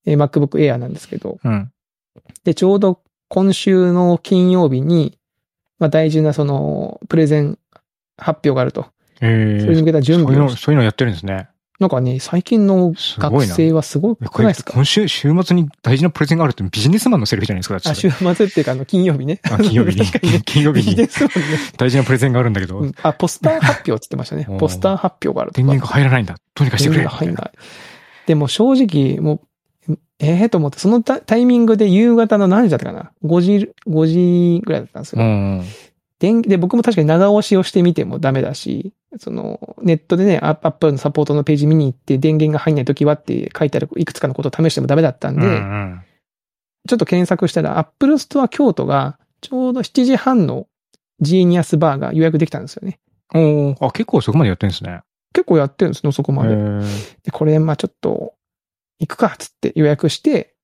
[SPEAKER 2] えー ?MacBook Air なんですけど。
[SPEAKER 1] うん。
[SPEAKER 2] で、ちょうど今週の金曜日に、まあ、大事なその、プレゼン発表があると。
[SPEAKER 1] えー
[SPEAKER 2] それに向けた準
[SPEAKER 1] そういう
[SPEAKER 2] 備を
[SPEAKER 1] の、。そういうのやってるんですね。
[SPEAKER 2] なんかね、最近の
[SPEAKER 1] すご
[SPEAKER 2] 学
[SPEAKER 1] いな。
[SPEAKER 2] 生はすごく
[SPEAKER 1] こ
[SPEAKER 2] ない
[SPEAKER 1] れ
[SPEAKER 2] ですか
[SPEAKER 1] 今週、週末に大事なプレゼンがあるってビジネスマンのセリフじゃないですか、だって
[SPEAKER 2] あ、
[SPEAKER 1] それ
[SPEAKER 2] 週末っていうか、あの、金曜日ね。
[SPEAKER 1] あ金曜 (laughs) 日
[SPEAKER 2] (laughs) 確かにね
[SPEAKER 1] に。金曜日
[SPEAKER 2] いいで
[SPEAKER 1] に
[SPEAKER 2] すもんね。
[SPEAKER 1] 大事なプレゼンがあるんだけど
[SPEAKER 2] う、んあ、ポスター発表って言ってましたね
[SPEAKER 1] お。ー
[SPEAKER 2] ポスター発表があるとか。
[SPEAKER 1] 電源が入らないんだ。どうにかしてくれ。
[SPEAKER 2] 入んない。でも正直、もう、ええと思って、そのタタイミングで夕方の何時だったかな ?5 時、5時ぐらいだったんです
[SPEAKER 1] う
[SPEAKER 2] よ。
[SPEAKER 1] んうん。
[SPEAKER 2] 電で、僕も確かに長押しをしてみてもダメだし、その、ネットでね、アップルのサポートのページ見に行って、電源が入んない時はって書いてある、いくつかのことを試してもダメだったんで、
[SPEAKER 1] うんうん
[SPEAKER 2] ちょっと検索したら、アップルストア京都が、ちょうど7時半のジーニアスバーが予約できたんですよね。
[SPEAKER 1] おーあ、結構そこまでやってるんですね。
[SPEAKER 2] 結構やってるんですね、そこま
[SPEAKER 1] へ。
[SPEAKER 2] で
[SPEAKER 1] ー
[SPEAKER 2] で、これ、まあちょっと、行くか、つって予約して、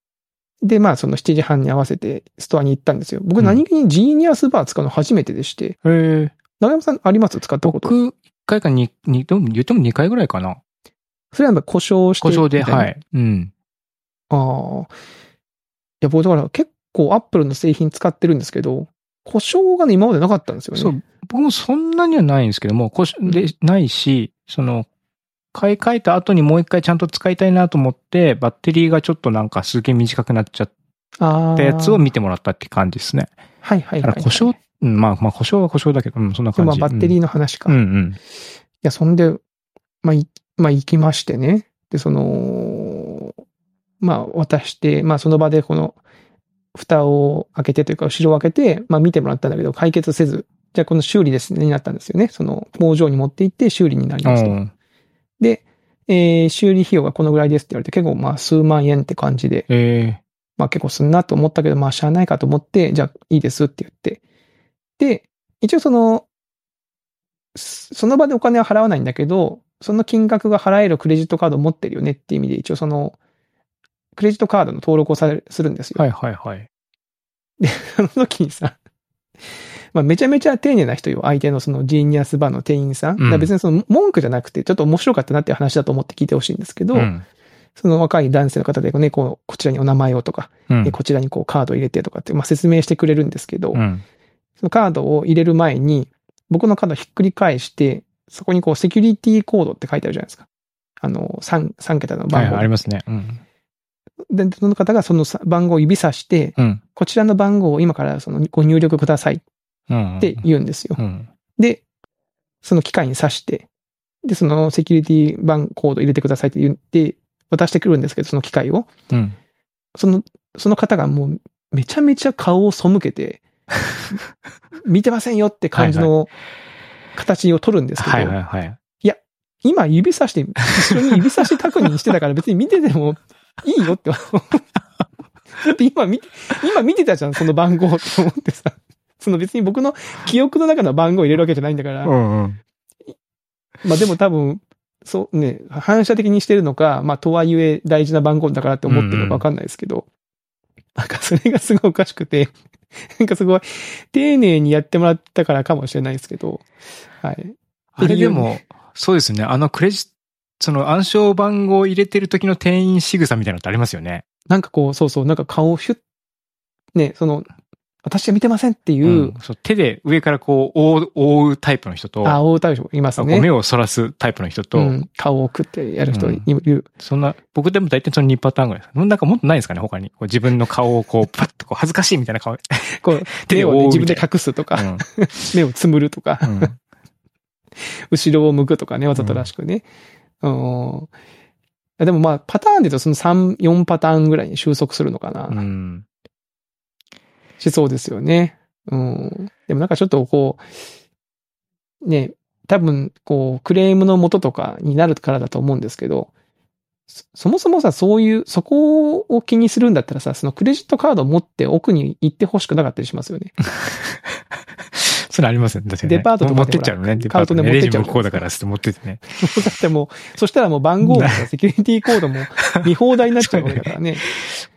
[SPEAKER 2] で、まあその7時半に合わせてストアに行ったんですよ。僕
[SPEAKER 1] うん
[SPEAKER 2] 何気にジーニアスバー使うの初めてでして、
[SPEAKER 1] へー
[SPEAKER 2] 長山さんあります使ったこと。
[SPEAKER 1] 僕、一回か二、二、でも言っても二回ぐらいかな。
[SPEAKER 2] それはやっぱ故障して
[SPEAKER 1] 故
[SPEAKER 2] みたい
[SPEAKER 1] 障
[SPEAKER 2] な。
[SPEAKER 1] で、はい。うん。
[SPEAKER 2] ああ。いや、僕だから結構アップルの製品使ってるんですけど、故障がね、今までなかったんですよね。
[SPEAKER 1] そう、僕もそんなにはないんですけども、こしで、ないし、その、買い替えた後にもう一回ちゃんと使いたいなと思って、バッテリーがちょっとなんかすげえ短くなっちゃっ
[SPEAKER 2] ああ。
[SPEAKER 1] たやつを見てもらったって感じですね。
[SPEAKER 2] はいはい
[SPEAKER 1] だか
[SPEAKER 2] は
[SPEAKER 1] ら
[SPEAKER 2] い。
[SPEAKER 1] 故障、うんまあまあ故障は故障だけど、うん、そんな
[SPEAKER 2] で
[SPEAKER 1] 感
[SPEAKER 2] も
[SPEAKER 1] じ。
[SPEAKER 2] まあバッテリーの話か。
[SPEAKER 1] うん、うんうん。
[SPEAKER 2] や、そんで、まあ、いまあ、行きましてね。で、その、まあ、渡して、まあ、その場でこの、蓋を開けてというか、後ろを開けて、まあ、見てもらったんだけど、解決せず、じゃあ、この修理ですね、になったんですよね。その、工場に持って行って修理になり
[SPEAKER 1] う
[SPEAKER 2] ますと。
[SPEAKER 1] ん。
[SPEAKER 2] で、えー修理費用がこのぐらいですって言われて、結構まあ、数万円って感じで、
[SPEAKER 1] え
[SPEAKER 2] まあ結構すんなと思ったけど、まあしゃあないかと思って、じゃあいいですって言って。で、一応その、すその場でお金は払わないんだけど、その金額が払えるクレジットカードを持ってるよねっていう意味で、一応その、クレジットカードの登録をされするんです
[SPEAKER 1] え
[SPEAKER 2] よ。
[SPEAKER 1] はいはいはい。
[SPEAKER 2] (laughs) その時にさ、まあめちゃめちゃ丁寧な人よ。相手のそのジーニアスバーの店員
[SPEAKER 1] う
[SPEAKER 2] さん。
[SPEAKER 1] ん
[SPEAKER 2] だから別にその文句じゃなくて、ちょっと面白かったなっていう話だと思って聞いてほしいんですけど、
[SPEAKER 1] うん。
[SPEAKER 2] その若い男性の方でね、こう、こちらにお名前をとか、
[SPEAKER 1] うん
[SPEAKER 2] えこちらにこうカードを入れてとかって、まあ、説明してくれるんですけど、
[SPEAKER 1] うん。
[SPEAKER 2] そのカードを入れる前に、僕のカードをひっくり返して、そこにこうセキュリティコードって書いてあるじゃないですか。あの、3、三桁の
[SPEAKER 1] は
[SPEAKER 2] 番
[SPEAKER 1] い、
[SPEAKER 2] 号。
[SPEAKER 1] ありますね。うん。
[SPEAKER 2] で、その方がそのさ番号を指さして、
[SPEAKER 1] うん。
[SPEAKER 2] こちらの番号を今からそのご入力くださいっ
[SPEAKER 1] うん。
[SPEAKER 2] て言うんですよ。
[SPEAKER 1] うん。
[SPEAKER 2] で、その機械に挿して、で、そのセキュリティ番コード入れてくださいって言って、渡してくるんですけど、その機械を。
[SPEAKER 1] うん。
[SPEAKER 2] その、その方がもうめちゃめちゃ顔を背
[SPEAKER 1] (laughs)
[SPEAKER 2] けて、見てませんよって感じの形を取るんですけど、
[SPEAKER 1] はいはいはい。
[SPEAKER 2] 今指さして、後ろに指さし確認してたから別に見ててもいいよって思う。だって今見て、今見てたじゃん、その番号って思ってさ。その別に僕の記憶の中の番号を入れるわけじゃないんだから、
[SPEAKER 1] んうん。
[SPEAKER 2] まあでも多分、そうね、反射的にしてるのか、まあとはいえ大事な番号だからって思ってるのかわかんないですけど、なんかそれがすごいおかしくて、 (laughs) なんかすごい丁寧にやってもらったからかもしれないですけど、はい。
[SPEAKER 1] あれでも、そうですね。あのクレジその暗証番号を入れてる時の店員仕草みたいなのってありますよね。
[SPEAKER 2] なんかこう、そうそう、なんか顔をヒュッ、ね、その、私は見てませんっていうう、
[SPEAKER 1] ん。そう手で上からこう覆う、覆うタイプの人と、
[SPEAKER 2] あ、大対象います
[SPEAKER 1] こう
[SPEAKER 2] ね。
[SPEAKER 1] 目をそらすタイプの人と、
[SPEAKER 2] うん、顔を食ってやる人いる。
[SPEAKER 1] そんな、僕でも大体その2パターンぐらいです。なんかもっとないですかね、他に。こう自分の顔をこう、 (laughs) パッとこう、恥ずかしいみたいな顔。う
[SPEAKER 2] こう、
[SPEAKER 1] 手
[SPEAKER 2] (laughs) 手
[SPEAKER 1] で覆
[SPEAKER 2] を
[SPEAKER 1] う
[SPEAKER 2] ね、自分
[SPEAKER 1] みたい
[SPEAKER 2] で
[SPEAKER 1] な
[SPEAKER 2] 隠すとか、
[SPEAKER 1] ん。
[SPEAKER 2] 目をつむるとか、
[SPEAKER 1] うん。
[SPEAKER 2] 後ろを向くとかね、わざとらしくね。うん。いやでもまあ、パターンで言うとその3、4パターンぐらいに収束するのかな。 (laughs)
[SPEAKER 1] うん。
[SPEAKER 2] しそうですよね。うん。でもなんかちょっとこう、ね、多分、こう、クレームの元とかになるからだと思うんですけど、そそもそもさ、そういう、そこを気にするんだったらさ、そのクレジットカードを持って奥に行ってほしくなかったりしますよね。 (laughs)
[SPEAKER 1] それありますよね。確かに、ね。
[SPEAKER 2] デパートとかで
[SPEAKER 1] 持ってっちゃうのね。デパート
[SPEAKER 2] カウントで
[SPEAKER 1] ね。
[SPEAKER 2] 持っ
[SPEAKER 1] レ
[SPEAKER 2] てっ
[SPEAKER 1] ジ
[SPEAKER 2] ちゃう
[SPEAKER 1] もこうだからっつって持ってってね。
[SPEAKER 2] だってもう、そしたらもう番号もさセキュリティコードも見放題になっちゃうわけだからね。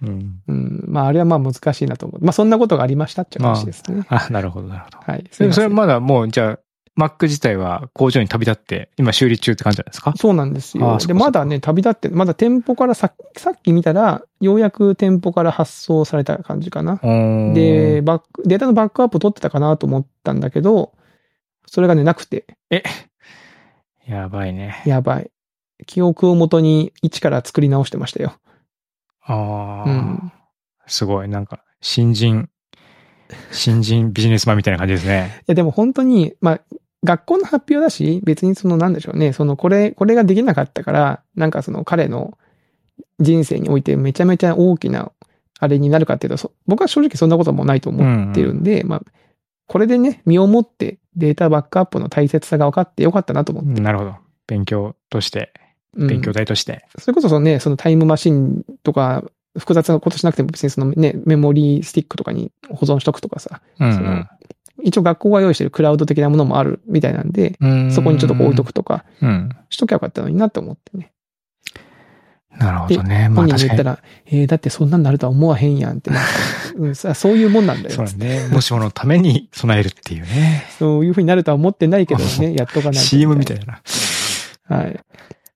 [SPEAKER 1] うん。
[SPEAKER 2] うん。まあ、あれはまあ難しいなと思う。まあ、そんなことがありましたって話ですね。
[SPEAKER 1] あ、なるほど、なるほど。
[SPEAKER 2] はい。す
[SPEAKER 1] でも
[SPEAKER 2] いま
[SPEAKER 1] そ
[SPEAKER 2] せ
[SPEAKER 1] れは
[SPEAKER 2] ん
[SPEAKER 1] まだもう、じゃあ、Mac 自体は工場に旅立って、今修理中って感じなんですか
[SPEAKER 2] そうなんです
[SPEAKER 1] あ
[SPEAKER 2] よ
[SPEAKER 1] あ。そ
[SPEAKER 2] で、
[SPEAKER 1] っかそっか
[SPEAKER 2] まだね、旅立って、まだ店舗からさ、さっき見たら、ようやく店舗から発送された感じかな。で、、バック、データのバックアップを取ってたかなと思ったんだけど、それがね、なくて、
[SPEAKER 1] やばいね。
[SPEAKER 2] やばい。記憶をもとに一から作り直してましたよ。
[SPEAKER 1] ああ、
[SPEAKER 2] うん。
[SPEAKER 1] すごい。なんか、新人、新人ビジネスマンみたいな感じですね
[SPEAKER 2] い。や、でも本当に、まあ、学校の発表だし、別にその、なんでしょうね、その、これ、これができなかったから、なんかその、彼の人生においてめちゃめちゃ大きな、あれになるかっていうと、そ僕は正直そんなこともないと思ってるんで、まあ、これでね、身をもってデータバックアップの大切さが分かってよかったなと思って。
[SPEAKER 1] なるほど。勉強として、
[SPEAKER 2] うん
[SPEAKER 1] 勉強代として。
[SPEAKER 2] それこそそのね、そのタイムマシンとか、複雑なことしなくても別にそのね、メモリースティックとかに保存しとくとかさ、
[SPEAKER 1] うん
[SPEAKER 2] その一応学校が用意してるクラウド的なものもあるみたいなんで、
[SPEAKER 1] うん
[SPEAKER 2] そこにちょっとこう置いとくとか、
[SPEAKER 1] うん。
[SPEAKER 2] しときゃよかったのになと思ってね。
[SPEAKER 1] なるほどね。まあ
[SPEAKER 2] 本人に
[SPEAKER 1] 確
[SPEAKER 2] 言
[SPEAKER 1] か
[SPEAKER 2] った
[SPEAKER 1] に。
[SPEAKER 2] ら、えー、だってそんなんなるとは思わへんや
[SPEAKER 1] (laughs)
[SPEAKER 2] んってな、うん、さそういうもんなんだよ。
[SPEAKER 1] そうだね。もしものために備えるっていうね。
[SPEAKER 2] そういうふうになるとは思ってないけど
[SPEAKER 1] (laughs)
[SPEAKER 2] ね、やっとかないと。
[SPEAKER 1] CM みたいだな。
[SPEAKER 2] はい。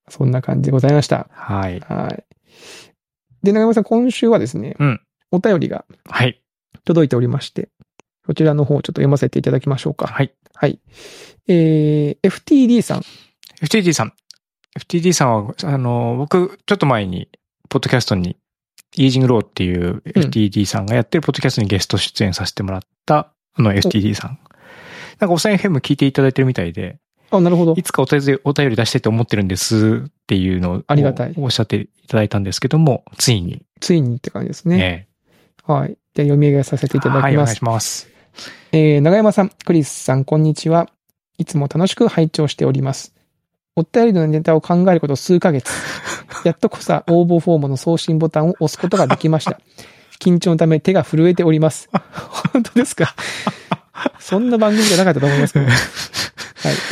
[SPEAKER 2] そんな感じでございました。
[SPEAKER 1] はい。
[SPEAKER 2] はい。で、長山さん、今週はですね、
[SPEAKER 1] うん
[SPEAKER 2] お便りが
[SPEAKER 1] はい。
[SPEAKER 2] 届いておりまして、こちらの方をちょっと読ませていただきましょうか。
[SPEAKER 1] はい。
[SPEAKER 2] はい。えー、FTD さん。
[SPEAKER 1] FTD さん。FTD さんは、あの、僕、ちょっと前に、ポッドキャストに、イージングローっていう FTD さんがやってるポッドキャストにゲスト出演させてもらった、あの FTD さん。なんか、おさえ FM 聞いていただいてるみたいで、
[SPEAKER 2] あ、なるほど。
[SPEAKER 1] いつかお便り、お便り出してって思ってるんですっていうのを、
[SPEAKER 2] ありがたい
[SPEAKER 1] おっしゃっていただいたんですけども、ついに、
[SPEAKER 2] ついにって感じですね。
[SPEAKER 1] ね。
[SPEAKER 2] はい。では読み上げさせていただ
[SPEAKER 1] は
[SPEAKER 2] き
[SPEAKER 1] い、お願
[SPEAKER 2] ま
[SPEAKER 1] い
[SPEAKER 2] す。
[SPEAKER 1] します。
[SPEAKER 2] えー、長山さん、クリスさん、こんにちは。いつも楽しく拝聴しております。お便りのネタを考えること数ヶ月。やっとこさ応募フォームの送信ボタンを押すことができました。緊張のため手が震えております。本当ですかそんな番組じゃなかったと思いますけ (laughs) ど。はい。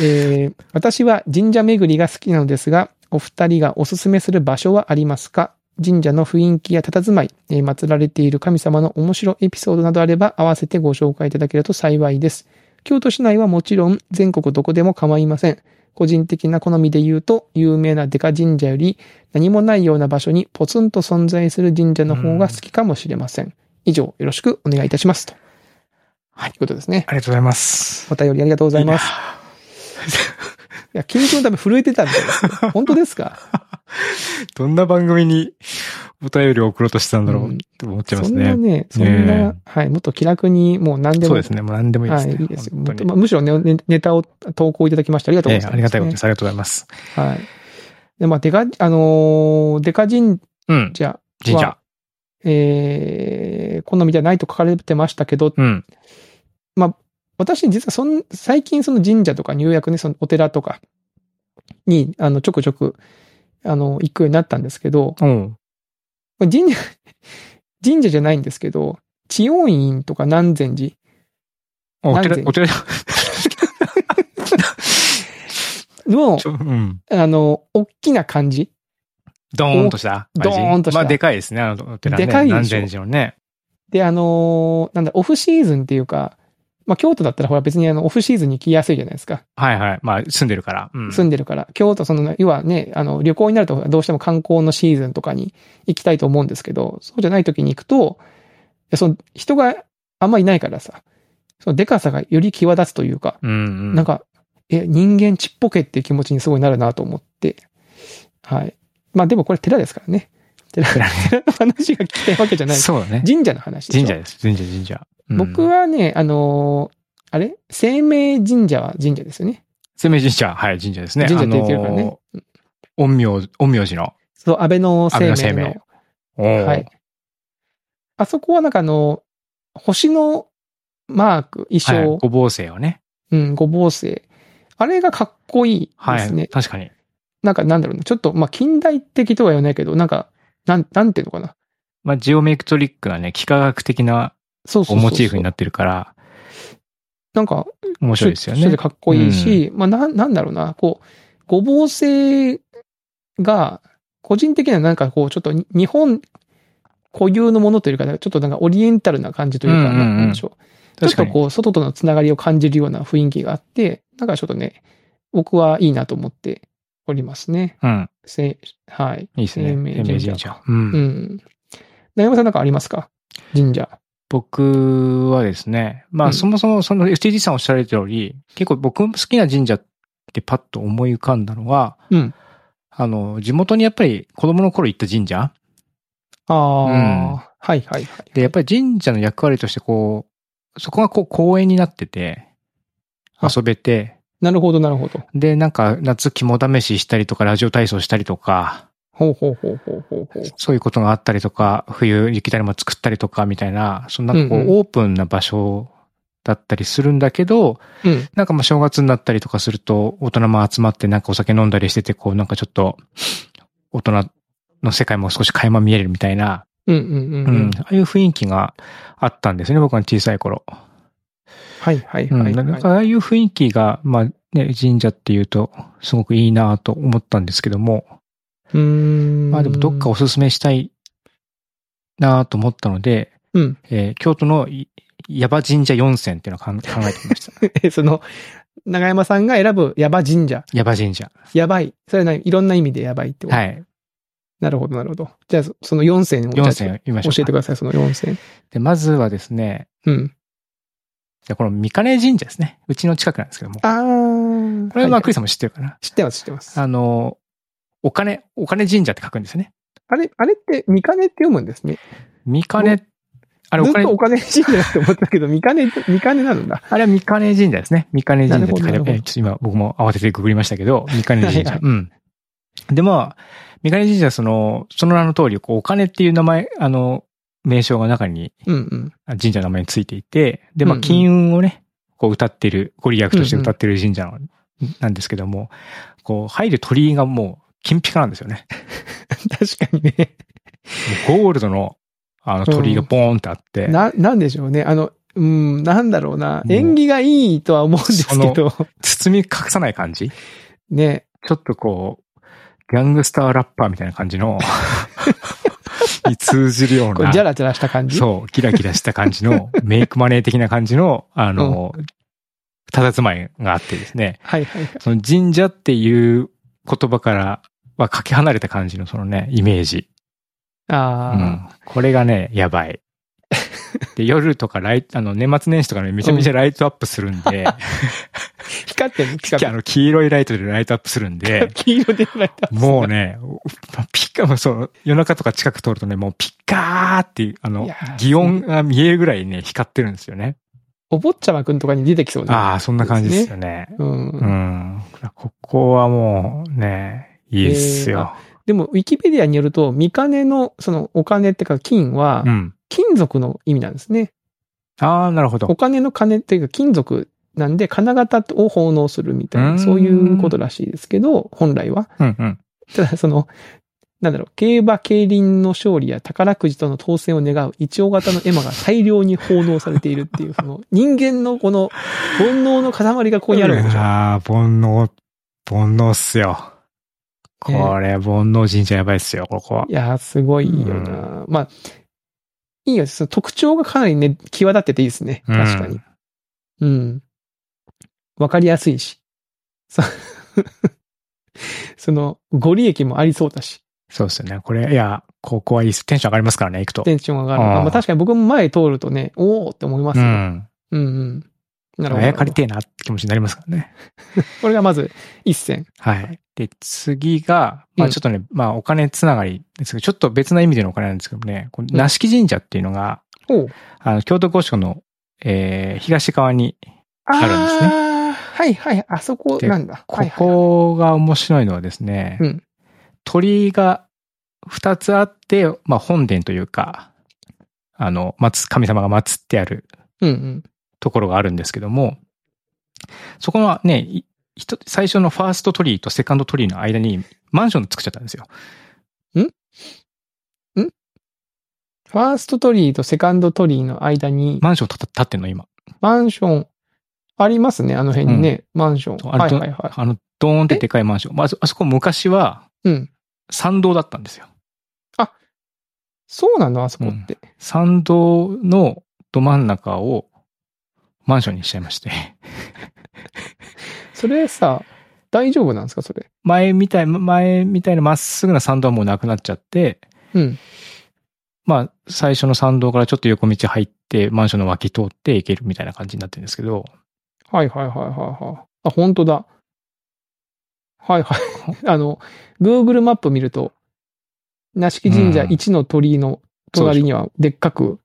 [SPEAKER 2] えー、私は神社巡りが好きなのですが、お二人がおすすめする場所はありますか神社の雰囲気や佇まい、えー祀られている神様の面白いエピソードなどあれば合わせてご紹介いただけると幸いです。京都市内はもちろん全国どこでも構いません。個人的な好みで言うと、有名なデカ神社より何もないような場所にポツンと存在する神社の方が好きかもしれません。以上、よろしくお願いいたします。と。はい。ということですね。
[SPEAKER 1] ありがとうございます。
[SPEAKER 2] お便りありがとうございます。いや、緊張のため震えてたんです
[SPEAKER 1] (laughs)
[SPEAKER 2] よ。本当ですか
[SPEAKER 1] どんな番組に (laughs) お便りを送ろうとしてたんだろ
[SPEAKER 2] う
[SPEAKER 1] うんって思っちゃいま
[SPEAKER 2] そ
[SPEAKER 1] す
[SPEAKER 2] んな
[SPEAKER 1] ね。
[SPEAKER 2] ね、そんな、
[SPEAKER 1] ね
[SPEAKER 2] はい、もっと気楽に、もう何でも。
[SPEAKER 1] そうですね。もう何でもいいですね。
[SPEAKER 2] はい、いいですよ。
[SPEAKER 1] 本当に
[SPEAKER 2] まあむしろねねネタを投稿いただきましてありがとう
[SPEAKER 1] ええ
[SPEAKER 2] ございます、
[SPEAKER 1] ありがたいことです。ありがとうございます。
[SPEAKER 2] す。はい。で、まあ、デカ、あのーデカ神
[SPEAKER 1] うん。
[SPEAKER 2] 社、
[SPEAKER 1] 神社。
[SPEAKER 2] えー、好みじゃないと書かれてましたけど、
[SPEAKER 1] うん。
[SPEAKER 2] 私実はそん、最近その神社とか入約ね、そのお寺とかに、あの、ちょくちょく、あの、行くようになったんですけど、
[SPEAKER 1] うん。
[SPEAKER 2] これ神社、 (laughs) 神社じゃないんですけど、千音院とか南禅寺、
[SPEAKER 1] お寺
[SPEAKER 2] なん、で
[SPEAKER 1] お寺、
[SPEAKER 2] の
[SPEAKER 1] ち、ょうん。
[SPEAKER 2] あの、大きな感じ。
[SPEAKER 1] ドーンとした
[SPEAKER 2] お
[SPEAKER 1] 感じ
[SPEAKER 2] ドーンとした
[SPEAKER 1] まあ、でかいですね、あのお寺ね。
[SPEAKER 2] でかいでしょ
[SPEAKER 1] 何千寺のね。
[SPEAKER 2] で、あのーなんだ、オフシーズンっていうか、まあ、京都だったらほら別にあの、オフシーズンに来やすいじゃないですか。
[SPEAKER 1] はいはい。まあ、住んでるから。うん。
[SPEAKER 2] 住んでるから。京都、その、要はね、あの、旅行になるとどうしても観光のシーズンとかに行きたいと思うんですけど、そうじゃない時に行くと、いやその、人があんまいないからさ、そのデカさがより際立つというか、
[SPEAKER 1] うんうん。
[SPEAKER 2] なんか、え、人間ちっぽけっていう気持ちにすごいなるなと思って。はい。まあでもこれ寺ですからね。寺
[SPEAKER 1] 寺ね
[SPEAKER 2] 寺の (laughs) 話が来たわけじゃない。
[SPEAKER 1] そうだね。
[SPEAKER 2] 神社の話でし
[SPEAKER 1] 神
[SPEAKER 2] ょ
[SPEAKER 1] 社です。神社、神社。うん
[SPEAKER 2] 僕、はね、あのーあれ生命神社は神社ですよね。
[SPEAKER 1] 生命神社、はい、神社ですね。
[SPEAKER 2] 神社って言ってるからね。
[SPEAKER 1] あのー。陰陽、陰陽師の。
[SPEAKER 2] そう、安倍の生命の。
[SPEAKER 1] 安倍の生おー
[SPEAKER 2] はい。。あそこはなんかあの、星のマーク、
[SPEAKER 1] は
[SPEAKER 2] 衣
[SPEAKER 1] い
[SPEAKER 2] 装、
[SPEAKER 1] ごぼう星をね。
[SPEAKER 2] うん、ごぼう星。あれがかっこいい
[SPEAKER 1] は
[SPEAKER 2] ですね。
[SPEAKER 1] い。確かに。
[SPEAKER 2] なんかなんだろうな、ちょっと、まあ、近代的とは言わないけど、なんか、なん、なんていうのかな。
[SPEAKER 1] まあ、ジオメクトリックなね、幾何学的な
[SPEAKER 2] そうそうそうそう。
[SPEAKER 1] モチーフになってるから、
[SPEAKER 2] なんか、
[SPEAKER 1] 面白いですよね。
[SPEAKER 2] かっこいいし、まあ、なん、なんだろうな、こう、ごぼう星が、個人的にはなんかこう、ちょっとに日本固有のものというか、ちょっとなんかオリエンタルな感じというか、
[SPEAKER 1] うんうんうん
[SPEAKER 2] なんでしょう。ちょっ
[SPEAKER 1] 確か
[SPEAKER 2] と
[SPEAKER 1] に。
[SPEAKER 2] こう、外とのつながりを感じるような雰囲気があって、なんかちょっとね、僕はいいなと思っておりますね。
[SPEAKER 1] うん。
[SPEAKER 2] せはい。
[SPEAKER 1] いいですね。
[SPEAKER 2] 生
[SPEAKER 1] 生命
[SPEAKER 2] 命神社
[SPEAKER 1] 神社。う。
[SPEAKER 2] うんん。長山さんなんかありますか神社。
[SPEAKER 1] 僕はですね、ま
[SPEAKER 2] う
[SPEAKER 1] あ、
[SPEAKER 2] ん
[SPEAKER 1] そもそも、その FTD さんおっしゃられた通り、結構僕も好きな神社ってパッと思い浮かんだのは、
[SPEAKER 2] うん
[SPEAKER 1] あの、地元にやっぱり子供の頃行った神社
[SPEAKER 2] ああ、
[SPEAKER 1] うん
[SPEAKER 2] はいはいはい。
[SPEAKER 1] で、やっぱり神社の役割としてこう、そこがこう公園になってて、
[SPEAKER 2] あ
[SPEAKER 1] 遊べて、
[SPEAKER 2] なるほどなるほど。
[SPEAKER 1] で、なんか夏肝試ししたりとか、ラジオ体操したりとか、
[SPEAKER 2] ほうほうほうほうほうほう。
[SPEAKER 1] そういうことがあったりとか、冬雪だるま作ったりとかみたいな、そのなんかこ
[SPEAKER 2] うん
[SPEAKER 1] うオープンな場所だったりするんだけど、
[SPEAKER 2] うん。
[SPEAKER 1] なんかまあ正月になったりとかすると、大人も集まってなんかお酒飲んだりしてて、こうなんかちょっと、大人の世界も少し垣間見えるみたいな、
[SPEAKER 2] うんうんうん。
[SPEAKER 1] う、
[SPEAKER 2] うんん、
[SPEAKER 1] ああいう雰囲気があったんですね、僕が小さい頃。
[SPEAKER 2] はいはい
[SPEAKER 1] うん、
[SPEAKER 2] はい、
[SPEAKER 1] なん
[SPEAKER 2] は
[SPEAKER 1] か
[SPEAKER 2] い。
[SPEAKER 1] ああいう雰囲気が、まあね、神社っていうと、すごくいいなと思ったんですけども、
[SPEAKER 2] うーん。
[SPEAKER 1] まあでもどっかおすすめしたいなと思ったので、
[SPEAKER 2] うん。 (laughs)
[SPEAKER 1] えー京都のい矢場神社4選っていうのを考え考えてみま
[SPEAKER 2] (laughs)
[SPEAKER 1] した。
[SPEAKER 2] え、その、長山さんが選ぶヤバ神社。
[SPEAKER 1] 矢場神社。
[SPEAKER 2] やばい。それは何いろんな意味でやばいってこと。
[SPEAKER 1] はい。
[SPEAKER 2] なるほどなるほど。じゃあ、そその4選を。
[SPEAKER 1] 4選を言いまし
[SPEAKER 2] 教
[SPEAKER 1] ょう
[SPEAKER 2] え
[SPEAKER 1] か。
[SPEAKER 2] てください、その4選。
[SPEAKER 1] で、まずはですね、
[SPEAKER 2] うん。
[SPEAKER 1] じゃあこの三金神社ですね。うちの近くなんですけども。こ
[SPEAKER 2] あー。
[SPEAKER 1] れはまあ、
[SPEAKER 2] い
[SPEAKER 1] クリスさんも知ってるかな。
[SPEAKER 2] 知ってます、知ってます。あ
[SPEAKER 1] あの、お金、お金神社って書くんですよね。
[SPEAKER 2] れ、あれって、三金って読むんですね。
[SPEAKER 1] 三金、あれお
[SPEAKER 2] ずっ
[SPEAKER 1] 金
[SPEAKER 2] とお金神社だって思ったけど、見金、見金なのだ。
[SPEAKER 1] あれは三金神社ですね。三金神社って書い
[SPEAKER 2] な
[SPEAKER 1] て
[SPEAKER 2] る
[SPEAKER 1] あ
[SPEAKER 2] ほ
[SPEAKER 1] る
[SPEAKER 2] ど
[SPEAKER 1] えちょっと今僕も慌ててググりましたけ
[SPEAKER 2] (laughs)
[SPEAKER 1] ど、三金神
[SPEAKER 2] はいは
[SPEAKER 1] 社
[SPEAKER 2] い。
[SPEAKER 1] うん。で、まあ、三金神社はその、その名の通り、こう、お金っていう名前、あの、名称が中に、
[SPEAKER 2] うん
[SPEAKER 1] (laughs)
[SPEAKER 2] うん。
[SPEAKER 1] あ神社の名前についていて、で、まあ、
[SPEAKER 2] うんうん
[SPEAKER 1] 金運をね、こう、歌ってる、ご利益として歌ってる神社なんなんですけども、こう、入る鳥居がもう、金ピカなんですよ
[SPEAKER 2] (laughs)
[SPEAKER 1] ね。
[SPEAKER 2] 確かにね。
[SPEAKER 1] もうゴールドの、あの、鳥居がボーンってあって、
[SPEAKER 2] な、なんでしょうね。あの、うん、なんだろうな
[SPEAKER 1] う。ん
[SPEAKER 2] 縁起がいいとは思うんですけど、
[SPEAKER 1] 包み隠さない感じ
[SPEAKER 2] ね。
[SPEAKER 1] ちょっとこう、ギャングスターラッパーみたいな感じ
[SPEAKER 2] (laughs)
[SPEAKER 1] の、に通じるよう
[SPEAKER 2] こう、
[SPEAKER 1] な
[SPEAKER 2] じ、ゃらじゃらした感じ。
[SPEAKER 1] そう、キラキラした感じの、メイクマネー的な感じの、あの、たたずまいがあってですね、
[SPEAKER 2] はいはいはい。
[SPEAKER 1] その神社っていう言葉からはかけ離れた感じのそのね、イメージ。う
[SPEAKER 2] あ
[SPEAKER 1] ん。これがね、やば
[SPEAKER 2] (laughs)
[SPEAKER 1] い。で、夜とかライト、あの、年末年始とかね、めちゃめちゃライトアップするんで、
[SPEAKER 2] あ、光ってるピカピ
[SPEAKER 1] あの、黄色いライトでライトアップするんで
[SPEAKER 2] カ。、黄色でライトアップする
[SPEAKER 1] もうね、ピッカもうそう、夜中とか近く通るとね、もうピッカーっていう、あ
[SPEAKER 2] い
[SPEAKER 1] の
[SPEAKER 2] や、ー
[SPEAKER 1] 擬音が見えるぐらいね、光ってるんですよね。
[SPEAKER 2] お坊ちゃまくんとかに出てきそう
[SPEAKER 1] あ
[SPEAKER 2] な。
[SPEAKER 1] あ、そんな感じですよね。
[SPEAKER 2] うん。
[SPEAKER 1] うん。ここはもうね、いいっす
[SPEAKER 2] えー
[SPEAKER 1] よ。
[SPEAKER 2] でも、ウィキペディアによると、見金の、その、お金ってか、金は
[SPEAKER 1] う、ん。
[SPEAKER 2] 金属の意味なんですね。
[SPEAKER 1] ああ、なるほ
[SPEAKER 2] お
[SPEAKER 1] ど。
[SPEAKER 2] 金の金っていうか、金属なんで、金型を奉納するみたいう
[SPEAKER 1] ー
[SPEAKER 2] な、
[SPEAKER 1] ん
[SPEAKER 2] そういうことらしいですけど、本来は。
[SPEAKER 1] うんうん。
[SPEAKER 2] ただ、その、なんだろう、競馬、競輪の勝利や宝くじとの当選を願う一応型の絵馬が大量に奉納されているっていう、その、人間のこの、煩悩の塊がここにあるんでしょ。
[SPEAKER 1] ああ、煩悩、煩悩っすよ。これ、煩悩神社やばいっすよ、ここは。
[SPEAKER 2] いやー、すごいよな。まあ、いいよ。その特徴がかなりね、際立ってていいですね。確かに。うん。わ、かりやすいし。そ (laughs) その、ご利益もありそうだし、
[SPEAKER 1] そうっすよね。これ、いや、ここはいいっす。テンション上がりますからね、行くと。
[SPEAKER 2] テンション上がる。
[SPEAKER 1] あー
[SPEAKER 2] まあ確かに僕も前通るとね、おーって思います
[SPEAKER 1] う
[SPEAKER 2] よ。
[SPEAKER 1] ん。
[SPEAKER 2] うん、うんうんなる
[SPEAKER 1] あ
[SPEAKER 2] ほど。
[SPEAKER 1] やかりてえなって気持ちになりますからね。
[SPEAKER 2] これがまず一戦。
[SPEAKER 1] はい。で、次が、ま
[SPEAKER 2] う
[SPEAKER 1] あ
[SPEAKER 2] ん
[SPEAKER 1] ちょっとね、まあお金つながりですけど、ちょっと別な意味でのお金なんですけどね、この
[SPEAKER 2] うん
[SPEAKER 1] なしき神社っていうのが、
[SPEAKER 2] おう
[SPEAKER 1] あの、京都公所の、えー、東側に、あるんですね
[SPEAKER 2] あーはいはい、あそこなんだ。は
[SPEAKER 1] こ
[SPEAKER 2] いはいはい
[SPEAKER 1] こが面白いのはですね、
[SPEAKER 2] うん
[SPEAKER 1] 鳥居が2つあって、まあ本殿というか、あの、祀神様が祀ってある
[SPEAKER 2] うん
[SPEAKER 1] ところがあるんですけども、そこのね、いひと最初のファースト鳥居とセカンド鳥居の間にマンション作っちゃったんですよ。
[SPEAKER 2] ファースト鳥居とセカンド鳥居の間に、
[SPEAKER 1] マンション建ってんの、今。
[SPEAKER 2] マンション、ありますね、あの辺にね、マンション。
[SPEAKER 1] あ
[SPEAKER 2] は
[SPEAKER 1] れ
[SPEAKER 2] い
[SPEAKER 1] と
[SPEAKER 2] はいは。
[SPEAKER 1] あの、ドーンってでかいマンション。まあ、あそあそこ昔はい
[SPEAKER 2] うん。
[SPEAKER 1] 参道だったんですよ。
[SPEAKER 2] そうなのあそこって。
[SPEAKER 1] 参道のど真ん中をマンションにしちゃいまして。 (laughs)
[SPEAKER 2] それさ、大丈夫なんですかそれ。
[SPEAKER 1] 前みたい、前みたいなまっすぐな参道はもうなくなっちゃって、
[SPEAKER 2] うん。
[SPEAKER 1] まあ、最初の参道からちょっと横道入って、マンションの脇通って行けるみたいな感じになってるんですけど、
[SPEAKER 2] はいはいはいはいはい。あ、本当だ。は
[SPEAKER 1] (laughs)
[SPEAKER 2] いはい。あの、Google マップ見ると、なしき神社
[SPEAKER 1] うん
[SPEAKER 2] 1の鳥居の隣には、でっかく、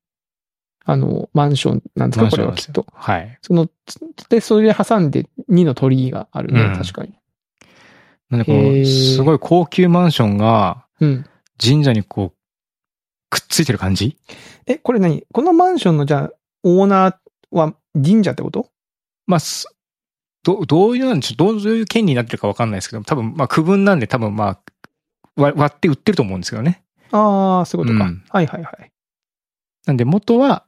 [SPEAKER 2] あの、マンションなんです
[SPEAKER 1] マ
[SPEAKER 2] か
[SPEAKER 1] ンシ
[SPEAKER 2] こ
[SPEAKER 1] ョ
[SPEAKER 2] れ
[SPEAKER 1] ンな
[SPEAKER 2] は
[SPEAKER 1] んです
[SPEAKER 2] きっ
[SPEAKER 1] よ
[SPEAKER 2] と。
[SPEAKER 1] はい。
[SPEAKER 2] その、つで、それで挟んで2の鳥居があるね。
[SPEAKER 1] うん
[SPEAKER 2] 確かに。
[SPEAKER 1] なんで、こ
[SPEAKER 2] へ
[SPEAKER 1] の、
[SPEAKER 2] ー
[SPEAKER 1] すごい高級マンションが
[SPEAKER 2] うん。
[SPEAKER 1] 神社にこう、くっついてる感じ
[SPEAKER 2] え、これ何このマンションの、じゃあ、オーナーは神社ってこと
[SPEAKER 1] まあ、すど、どういうなんでしょう、どういう権利になってるかわかんないですけど、多分、まあ、区分なんで多分、まあ、わ割って売ってると思うんですけどね。
[SPEAKER 2] ああ、そういうことか。
[SPEAKER 1] うん
[SPEAKER 2] はいはいはい。
[SPEAKER 1] なんで、元は、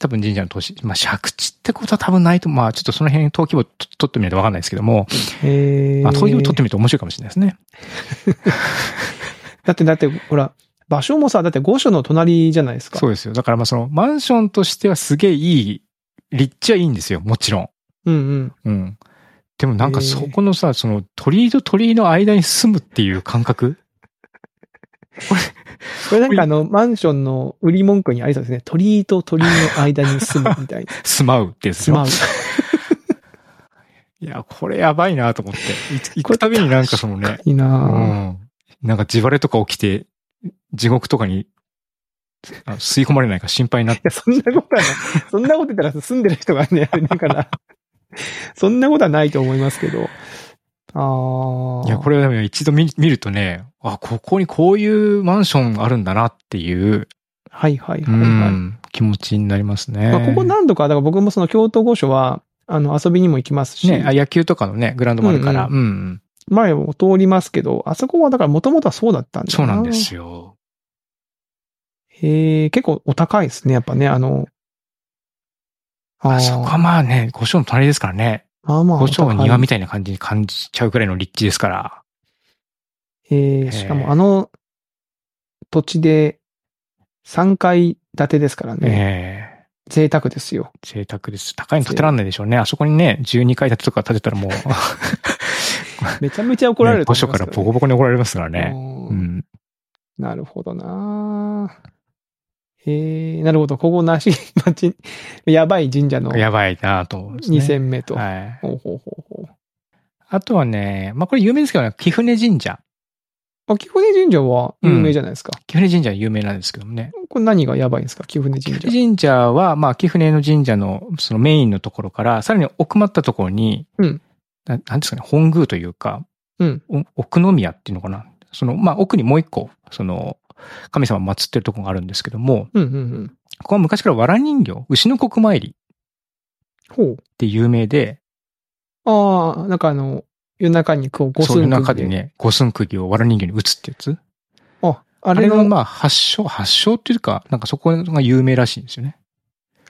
[SPEAKER 1] 多分神社の投資、まあ、借地ってことは多分ないと、まあ、ちょっとその辺、登記簿と取ってみないとわかんないですけども、
[SPEAKER 2] へえ。
[SPEAKER 1] まあ、登記簿取ってみると面白いかもしれないですね。
[SPEAKER 2] だって、だって、ほら、場所もさ、だって御所の隣じゃないですか。
[SPEAKER 1] そうですよ。だから、まあ、その、マンションとしてはすげえいい、立地はいいんですよ、もちろん。
[SPEAKER 2] うんうん。
[SPEAKER 1] うん。でもなんか
[SPEAKER 2] へえ
[SPEAKER 1] そこのさ、その鳥居と鳥居の間に住むっていう感覚
[SPEAKER 2] これなんかあの、マンションの売り文句にありそうですね。鳥居と鳥居の間に住むみ
[SPEAKER 1] (laughs)
[SPEAKER 2] たいな。
[SPEAKER 1] 住まうってやつです
[SPEAKER 2] 住
[SPEAKER 1] よ
[SPEAKER 2] まう。
[SPEAKER 1] いや、これやばいなと思って。い
[SPEAKER 2] (laughs)
[SPEAKER 1] つ行くたびになんかそのね、
[SPEAKER 2] いいうなぁ
[SPEAKER 1] ん。なんか地割れとか起きて、地獄とかにあ吸い込まれないか心配になっ
[SPEAKER 2] いや、そんなことはない。そんなこと言ったら住んでる人がね、あれだから、 (laughs) そんなことはないと思いますけど。ああ。
[SPEAKER 1] いや、これはでも一度見見るとね、あ、ここにこういうマンションあるんだなっていう、
[SPEAKER 2] はいはいは
[SPEAKER 1] う
[SPEAKER 2] いはい。
[SPEAKER 1] ん、気持ちになりますね。
[SPEAKER 2] まあ、ここ何度か、だから僕もその京都御所は、あの、遊びにも行きますし、
[SPEAKER 1] ね、あ野球とかのね、グラウンドもあるから、
[SPEAKER 2] う
[SPEAKER 1] うんん、
[SPEAKER 2] う
[SPEAKER 1] うん
[SPEAKER 2] 前を通りますけど、あそこはだからもともとはそうだったんだ
[SPEAKER 1] そうなんで。すよ。
[SPEAKER 2] へえ、結構お高いですね、やっぱね、あの、あ
[SPEAKER 1] あ
[SPEAKER 2] ー
[SPEAKER 1] そこはまあね、胡椒の隣ですからね。
[SPEAKER 2] まあまあ
[SPEAKER 1] 胡
[SPEAKER 2] お高い。
[SPEAKER 1] 椒の庭みたいな感じに感じちゃうくらいの立地ですから。
[SPEAKER 2] えー、しかもあの土地で3階建てですからね。
[SPEAKER 1] ええ
[SPEAKER 2] 贅沢ですよ。
[SPEAKER 1] 贅沢です。高いの建てらんないでしょうね。あそこにね、12階建てとか建てたらもう、
[SPEAKER 2] めちゃめちゃ (laughs) 怒られ
[SPEAKER 1] ね
[SPEAKER 2] ると
[SPEAKER 1] 胡椒
[SPEAKER 2] 思いま
[SPEAKER 1] か
[SPEAKER 2] す
[SPEAKER 1] ら
[SPEAKER 2] け
[SPEAKER 1] ボ
[SPEAKER 2] どね
[SPEAKER 1] コボコに怒られますからね。
[SPEAKER 2] う
[SPEAKER 1] うんん。
[SPEAKER 2] なるほどなへえ、なるほど。ここなし (laughs) 町、やばい神社の
[SPEAKER 1] やばいなと思うんですね。
[SPEAKER 2] 2戦目と。
[SPEAKER 1] はい。
[SPEAKER 2] ほうほうほうほう。
[SPEAKER 1] あとはね、まあ、これ有名ですけどね、貴船神社。
[SPEAKER 2] あ、貴船神社は有名じゃないですか。
[SPEAKER 1] 貴船神社は有名なんですけどもね。
[SPEAKER 2] これ何がやばいんですか貴船
[SPEAKER 1] 貴
[SPEAKER 2] 神社。
[SPEAKER 1] 船神社は、まあ、貴船の神社の、そのメインのところから、さらに奥まったところに、
[SPEAKER 2] うん
[SPEAKER 1] ななんですかね、本宮というか、
[SPEAKER 2] うん
[SPEAKER 1] お奥宮っていうのかな。その、まあ、奥にもう一個、その、神様を祀ってるところがあるんですけども、
[SPEAKER 2] うんうんうん。
[SPEAKER 1] ここは昔から藁人形、牛の国参りっ
[SPEAKER 2] ほ
[SPEAKER 1] て有名で、
[SPEAKER 2] う。ああ、なんかあの、夜中にこう、
[SPEAKER 1] そういう
[SPEAKER 2] の
[SPEAKER 1] 中で。ね、五寸釘を藁人形に打つってやつ。
[SPEAKER 2] あ、あ
[SPEAKER 1] あ
[SPEAKER 2] れ
[SPEAKER 1] れ
[SPEAKER 2] の、
[SPEAKER 1] の、まあ、発祥、発祥っていうか、なんかそこが有名らしいんですよね。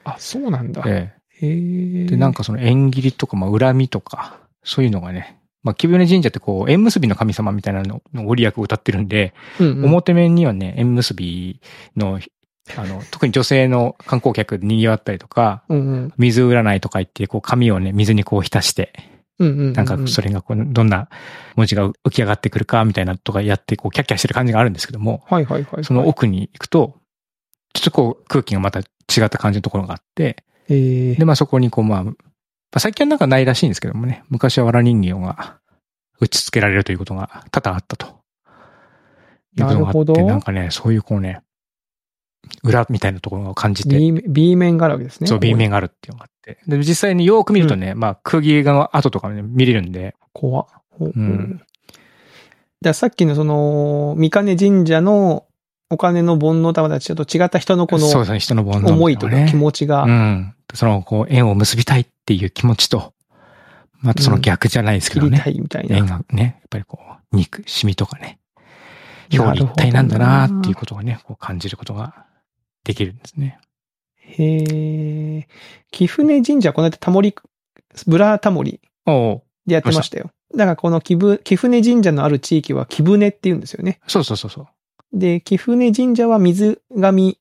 [SPEAKER 2] あ、そうなんだ。
[SPEAKER 1] ええ。
[SPEAKER 2] へえ。
[SPEAKER 1] で、なんかその縁切りとか、まあ、恨みとか、そういうのがね、まあ、木舟神社ってこう、縁結びの神様みたいなののご利益を歌ってるんで、
[SPEAKER 2] うんうん、
[SPEAKER 1] 表面にはね、縁結びの、あの、特に女性の観光客で賑わったりとか、
[SPEAKER 2] うんうん。
[SPEAKER 1] 水占いとか言って、こう、紙をね、水にこう浸して、
[SPEAKER 2] うんうんうんうん。
[SPEAKER 1] なんかそれがこう、どんな文字が浮き上がってくるか、みたいなとかやって、こう、キャッキャしてる感じがあるんですけども、
[SPEAKER 2] はいはいはい。
[SPEAKER 1] その、奥に行くと、ちょっとこう、空気がまた違った感じのところがあって、
[SPEAKER 2] ええ
[SPEAKER 1] で、まあそこにこう、まあ、まあ、最近はなんかないらしいんですけどもね、昔は藁人形が打ち付けられるということが多々あったと。いうことがあ
[SPEAKER 2] なる
[SPEAKER 1] って
[SPEAKER 2] ほど
[SPEAKER 1] なんかね、そういうこうね、裏みたいなところを感じて、
[SPEAKER 2] B, B 面があるわけですね。
[SPEAKER 1] そう、B 面があるっていうのがあって。で、実際によーく見るとね、まあ、釘の跡とかね、見れるんで、
[SPEAKER 2] 怖っ。ほう
[SPEAKER 1] うん
[SPEAKER 2] だからさっきのその、三金神社のお金の煩悩玉たちと違った人のこ
[SPEAKER 1] そう
[SPEAKER 2] の
[SPEAKER 1] ですね、人の煩悩みたなね
[SPEAKER 2] 思いとか気持ちが、
[SPEAKER 1] うん。その、こう、縁を結びたいっていう気持ちと、またその逆じゃないですけ
[SPEAKER 2] 切
[SPEAKER 1] ど
[SPEAKER 2] り
[SPEAKER 1] ね
[SPEAKER 2] た。いみたいな。
[SPEAKER 1] 縁がね、やっぱりこう、憎しみとかね、表裏一体なんだなっていうことがね、こう感じることができるんですね。
[SPEAKER 2] へえ。貴船神社、この間タモリ、ブラタモリ
[SPEAKER 1] おう
[SPEAKER 2] でやってましたよ。だからこの貴船貴船神社のある地域は貴船って言うんですよね。
[SPEAKER 1] そうそうそうそう。
[SPEAKER 2] で、貴船神社は水神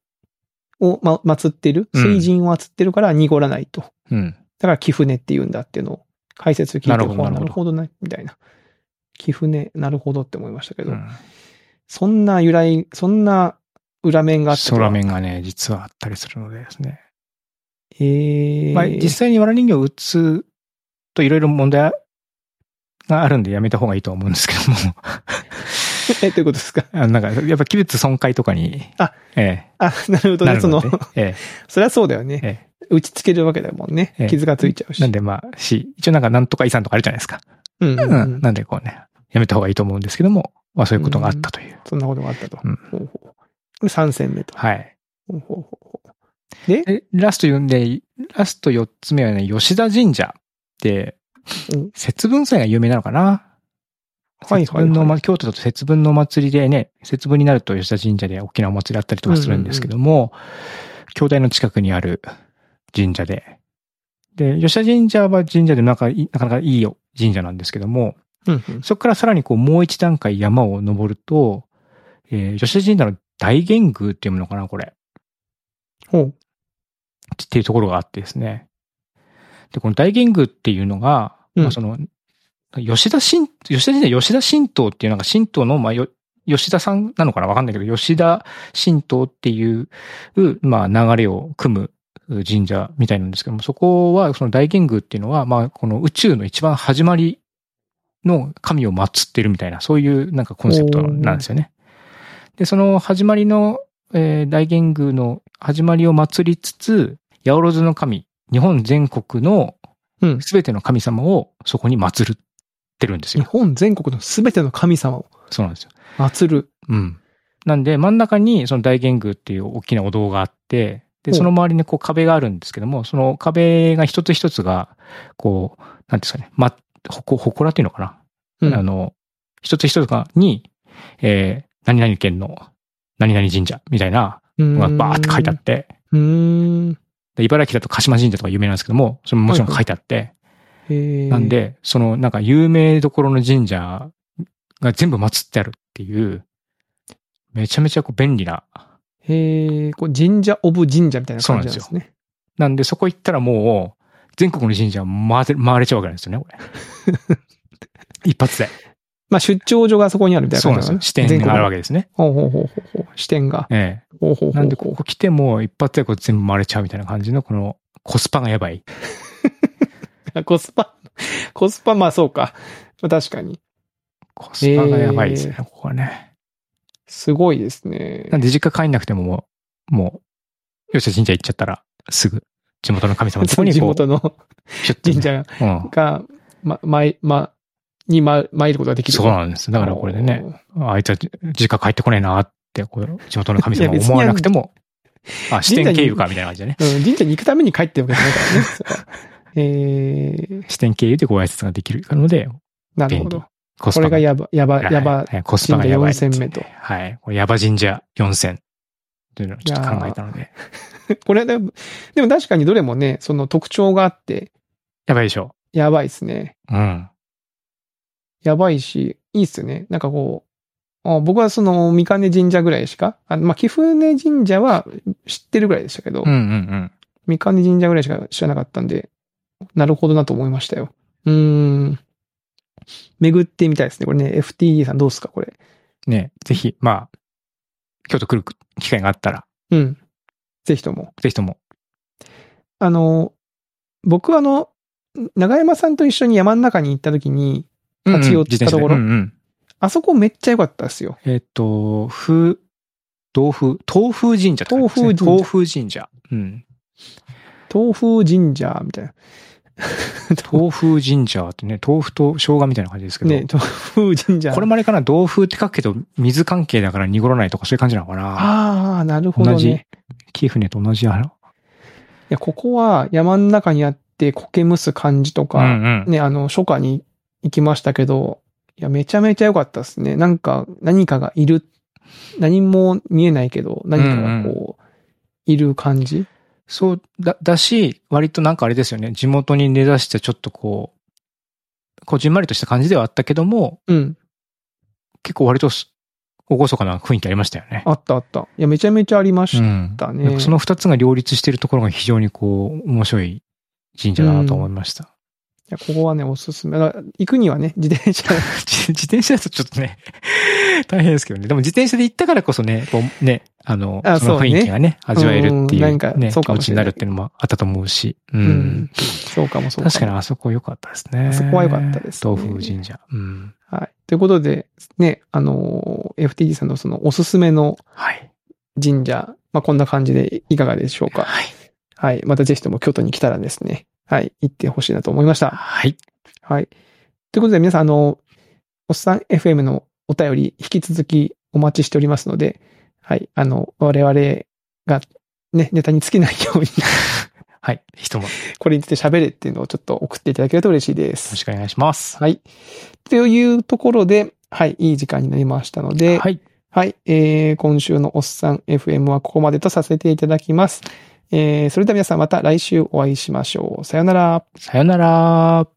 [SPEAKER 2] を、ま、祀ってる、
[SPEAKER 1] うん
[SPEAKER 2] 水神を祀ってるから濁らないと。
[SPEAKER 1] うん。
[SPEAKER 2] だから、貴船って言うんだっていうのを解説聞いて、
[SPEAKER 1] なるほど
[SPEAKER 2] あ
[SPEAKER 1] なる
[SPEAKER 2] な
[SPEAKER 1] ほど
[SPEAKER 2] るほどね、みたいな。貴船、なるほどって思いましたけど、
[SPEAKER 1] うん
[SPEAKER 2] そんな由来、そんな裏面があったとは
[SPEAKER 1] 空面がね、実はあったりするのでですね。
[SPEAKER 2] へー
[SPEAKER 1] まあ、実際に藁人形を打つといろいろ問題があるんでやめた方がいいとは思うんですけども。
[SPEAKER 2] (laughs) え、ということですか。
[SPEAKER 1] あのなんか、やっぱ器物損壊とかに、
[SPEAKER 2] あ
[SPEAKER 1] え
[SPEAKER 2] あ、なるほ
[SPEAKER 1] え、
[SPEAKER 2] どね。その、
[SPEAKER 1] でえ
[SPEAKER 2] そりゃそうだよね。
[SPEAKER 1] え、え
[SPEAKER 2] 打ちつけるわけだもんね
[SPEAKER 1] え。え
[SPEAKER 2] 傷がついちゃ
[SPEAKER 1] え。
[SPEAKER 2] う
[SPEAKER 1] な
[SPEAKER 2] し
[SPEAKER 1] ん。でまあ、し、一応なんかなんとか遺産とかあるじゃないですか。
[SPEAKER 2] うんうん
[SPEAKER 1] う
[SPEAKER 2] うんん。
[SPEAKER 1] なんでこうね、やめた方がいいと思うんですけども、まあそういうことがあったという。
[SPEAKER 2] そんなことがあったと。
[SPEAKER 1] うん
[SPEAKER 2] ほうほうこれ3戦目と。
[SPEAKER 1] はい。
[SPEAKER 2] ほうほうほうほう
[SPEAKER 1] で、ラスト4で、ラスト4つ目はね、吉田神社って
[SPEAKER 2] うん、
[SPEAKER 1] 節分祭が有名なのかな
[SPEAKER 2] はい
[SPEAKER 1] 節
[SPEAKER 2] はい
[SPEAKER 1] 分の、
[SPEAKER 2] は
[SPEAKER 1] ま、
[SPEAKER 2] い。
[SPEAKER 1] 京都だと節分のお祭りでね、節分になると吉田神社で大きなお祭りあったりとかするんですけども、京大の近くにある神社で、で、吉田神社は神社でなんかい、なかなかいい神社なんですけども、
[SPEAKER 2] うんうん
[SPEAKER 1] そこからさらにこう、もう一段階山を登ると、えー吉田神社の大元宮っていうのかな、これ。
[SPEAKER 2] ほう。
[SPEAKER 1] っていうところがあってですね。で、この大元宮っていうのが、
[SPEAKER 2] うん
[SPEAKER 1] まあその、吉田神、吉田神社、吉田神道っていうなんか神道の、まあよ、吉田さんなのかなわかんないけど、吉田神道っていう、まあ流れを組む神社みたいなんですけども、そこは、その大元宮っていうのは、まあこの宇宙の一番始まりの神を祀ってるみたいな、そういうなんかコンセプトなんですよね。で、その始まりのえー大元宮の始まりを祭りつつ、八百万の神、日本全国の
[SPEAKER 2] うん。
[SPEAKER 1] すべての神様をそこに祀るってるんです
[SPEAKER 2] 日
[SPEAKER 1] よ。
[SPEAKER 2] 本全国のすべての神様を
[SPEAKER 1] そうなんですよ。
[SPEAKER 2] 祀る。
[SPEAKER 1] うん。なんで、真ん中にその大元宮っていう大きなお堂があって、で、
[SPEAKER 2] ほう
[SPEAKER 1] その周りにこう壁があるんですけども、その壁が一つ一つが、こう、なんていうんですかね、ま、ほこ、ほこらっていうのかな、
[SPEAKER 2] うん。
[SPEAKER 1] あの、一つ一つが、に、えー、何々県の、何々神社みたいなのがバーって書いてあって、
[SPEAKER 2] うーん。
[SPEAKER 1] で茨城だと鹿島神社とか有名なんですけども、それももちろん書いてあって、
[SPEAKER 2] へー
[SPEAKER 1] なん、で、そのなんか有名どころの神社が全部祀ってあるっていう、めちゃめちゃこう便利な。
[SPEAKER 2] へえ、こう神社オブ神社みたいな感じなんですね。
[SPEAKER 1] なんでそこ行ったらもう、全国の神社回せ回れちゃうわけなんですよね、これ。
[SPEAKER 2] (laughs)
[SPEAKER 1] 一発で。
[SPEAKER 2] まあ出張所がそこにあるみたいな
[SPEAKER 1] そう
[SPEAKER 2] 感
[SPEAKER 1] なんで
[SPEAKER 2] じ
[SPEAKER 1] すよ。
[SPEAKER 2] ね。
[SPEAKER 1] 支店があるわ
[SPEAKER 2] け。
[SPEAKER 1] けですね。
[SPEAKER 2] ほうほうほうほうほう。支店が。
[SPEAKER 1] ええ。
[SPEAKER 2] ほうほうほうほう
[SPEAKER 1] なんでここ来ても一発でこう全部回れちゃうみたいな感じの、このコスパがやばい。
[SPEAKER 2] コスパ、 (laughs) コスパ、まあそうか。まあ確かに。
[SPEAKER 1] コスパがやばいですね、ここはね。
[SPEAKER 2] すごいですね
[SPEAKER 1] な。んで実家帰んなくてももう、もう、吉田神社行っちゃったら、すぐ、地元の神様のとこに
[SPEAKER 2] (laughs) 地
[SPEAKER 1] こう、
[SPEAKER 2] 元の
[SPEAKER 1] シュッとね
[SPEAKER 2] 神社
[SPEAKER 1] うん。
[SPEAKER 2] が、ま、まい、ま、に、ま、参ることができる。
[SPEAKER 1] そうなんです。だからこれでね、。あいつは実家帰ってこねえなって、こう地元の神様
[SPEAKER 2] (laughs) いや別に
[SPEAKER 1] 思わなくても、あ、支
[SPEAKER 2] 神
[SPEAKER 1] 店
[SPEAKER 2] 社に
[SPEAKER 1] 経由かみたいな感じでね。
[SPEAKER 2] うん、神社に行くために帰ってるわけじゃないからね
[SPEAKER 1] (laughs)
[SPEAKER 2] そこは。えー、
[SPEAKER 1] 支店経由でご挨拶ができるので、
[SPEAKER 2] なるほど。
[SPEAKER 1] コス
[SPEAKER 2] こ
[SPEAKER 1] パ
[SPEAKER 2] れが
[SPEAKER 1] が、
[SPEAKER 2] やば、やば、やば、
[SPEAKER 1] はいコスパがやばい。
[SPEAKER 2] 神社4000名と
[SPEAKER 1] はい。これヤバ神社4000というのをちょっと考えたので。
[SPEAKER 2] これでも、でも確かにどれもね、その特徴があって、
[SPEAKER 1] やばいでしょ。
[SPEAKER 2] やばいですね。
[SPEAKER 1] うん。
[SPEAKER 2] やばいし、いいっすよね。なんかこう、あ僕はその、三金神社ぐらいしか、あの、まあ、貴船神社は知ってるぐらいでしたけど、
[SPEAKER 1] うんうんうん。
[SPEAKER 2] 三金神社ぐらいしか知らなかったんで、なるほどなと思いましたよ。うーん。巡ってみたいですね。これね、FTE さんどうっすかこれ。
[SPEAKER 1] ね、ぜひ、まあ、京都来る機会があったら、
[SPEAKER 2] うん。ぜひとも。
[SPEAKER 1] ぜひとも。
[SPEAKER 2] あの、僕はあの、長山さんと一緒に山の中に行った時に、
[SPEAKER 1] うんうん
[SPEAKER 2] 立ち寄ったとこ
[SPEAKER 1] 自転車でう
[SPEAKER 2] ろ
[SPEAKER 1] んうん
[SPEAKER 2] あそこめっちゃ良かったですよ。
[SPEAKER 1] えっと、風、豆腐、東風神社って書いてますね
[SPEAKER 2] 東風神社
[SPEAKER 1] 東風神社。うん。
[SPEAKER 2] 豆腐神社みたいな。
[SPEAKER 1] (laughs) 豆腐神社ってね、豆腐と生姜みたいな感じですけど、
[SPEAKER 2] ね、豆腐神社。
[SPEAKER 1] これ
[SPEAKER 2] も。
[SPEAKER 1] もあれかな、豆腐って書くけど、水関係だから濁らないとかそういう感じなのかな。
[SPEAKER 2] ああ、なるほど
[SPEAKER 1] 同じ
[SPEAKER 2] ね。
[SPEAKER 1] キーフネと同じやろ。
[SPEAKER 2] いや、ここは山の中にあって苔むす感じと
[SPEAKER 1] う
[SPEAKER 2] か、
[SPEAKER 1] んうん。
[SPEAKER 2] ね、あの、初夏に行きましたけど、いや、めちゃめちゃ良かったですね。なんか、何かがいる、何も見えないけど、何かがこう、いる感じ。
[SPEAKER 1] そうだ、だし、割となんかあれですよね、地元に根ざしてちょっとこう、こじんまりとした感じではあったけども、
[SPEAKER 2] うん。
[SPEAKER 1] 結構割とす、おごそかな雰囲気ありましたよね。
[SPEAKER 2] あったあった。いや、めちゃめちゃありまし
[SPEAKER 1] うん
[SPEAKER 2] たね。
[SPEAKER 1] なんかその二つが両立しているところが非常にこう、面白い神社だなと思いました。
[SPEAKER 2] いや、ここはね、おすすめ。だから行くにはね、 (laughs) 自転車。
[SPEAKER 1] (laughs) 自自転車だとちょっとね、 (laughs) 大変ですけどね。でも自転車で行ったからこそね、こうね、あの、
[SPEAKER 2] あ
[SPEAKER 1] その
[SPEAKER 2] そう
[SPEAKER 1] 雰
[SPEAKER 2] ね
[SPEAKER 1] 囲気がね、味わえるってい
[SPEAKER 2] うんな
[SPEAKER 1] うん
[SPEAKER 2] か、
[SPEAKER 1] ね、
[SPEAKER 2] そう
[SPEAKER 1] 気
[SPEAKER 2] か
[SPEAKER 1] 持
[SPEAKER 2] もし
[SPEAKER 1] ち
[SPEAKER 2] れ
[SPEAKER 1] に
[SPEAKER 2] ない
[SPEAKER 1] なるっていうのもあったと思うし、う
[SPEAKER 2] うんん。。そうかもそうかも。
[SPEAKER 1] 確かにあそこ良かったですね。
[SPEAKER 2] あそこは良かったですね
[SPEAKER 1] 東風神社。うん。
[SPEAKER 2] はい。ということで、ね、あのー、FTG さんのそのおすすめの
[SPEAKER 1] はい。
[SPEAKER 2] 神社、まあ、こんな感じでいかがでしょうか。
[SPEAKER 1] はい。
[SPEAKER 2] はい。またぜひとも京都に来たらですね、はい、行ってほしいなと思いました。
[SPEAKER 1] はい。 (laughs)
[SPEAKER 2] はい。ということで皆さん、あの、おっさん FM のお便り、引き続きお待ちしておりますので、はい、あの、我々が、ね、ネタに尽きないように、
[SPEAKER 1] はい。ひともよ
[SPEAKER 2] これについて喋れっていうのをちょっと送っていただけると嬉しいで
[SPEAKER 1] ろし
[SPEAKER 2] す。
[SPEAKER 1] くお願いします。
[SPEAKER 2] はい。というところで、はい、いい時間になりましたので、
[SPEAKER 1] はい。
[SPEAKER 2] はい、えー、今週のおっさん FM はここまでとさせていただきます。えー、それでは皆さんまた来週お会いしましょう。さようなら。
[SPEAKER 1] さよなら。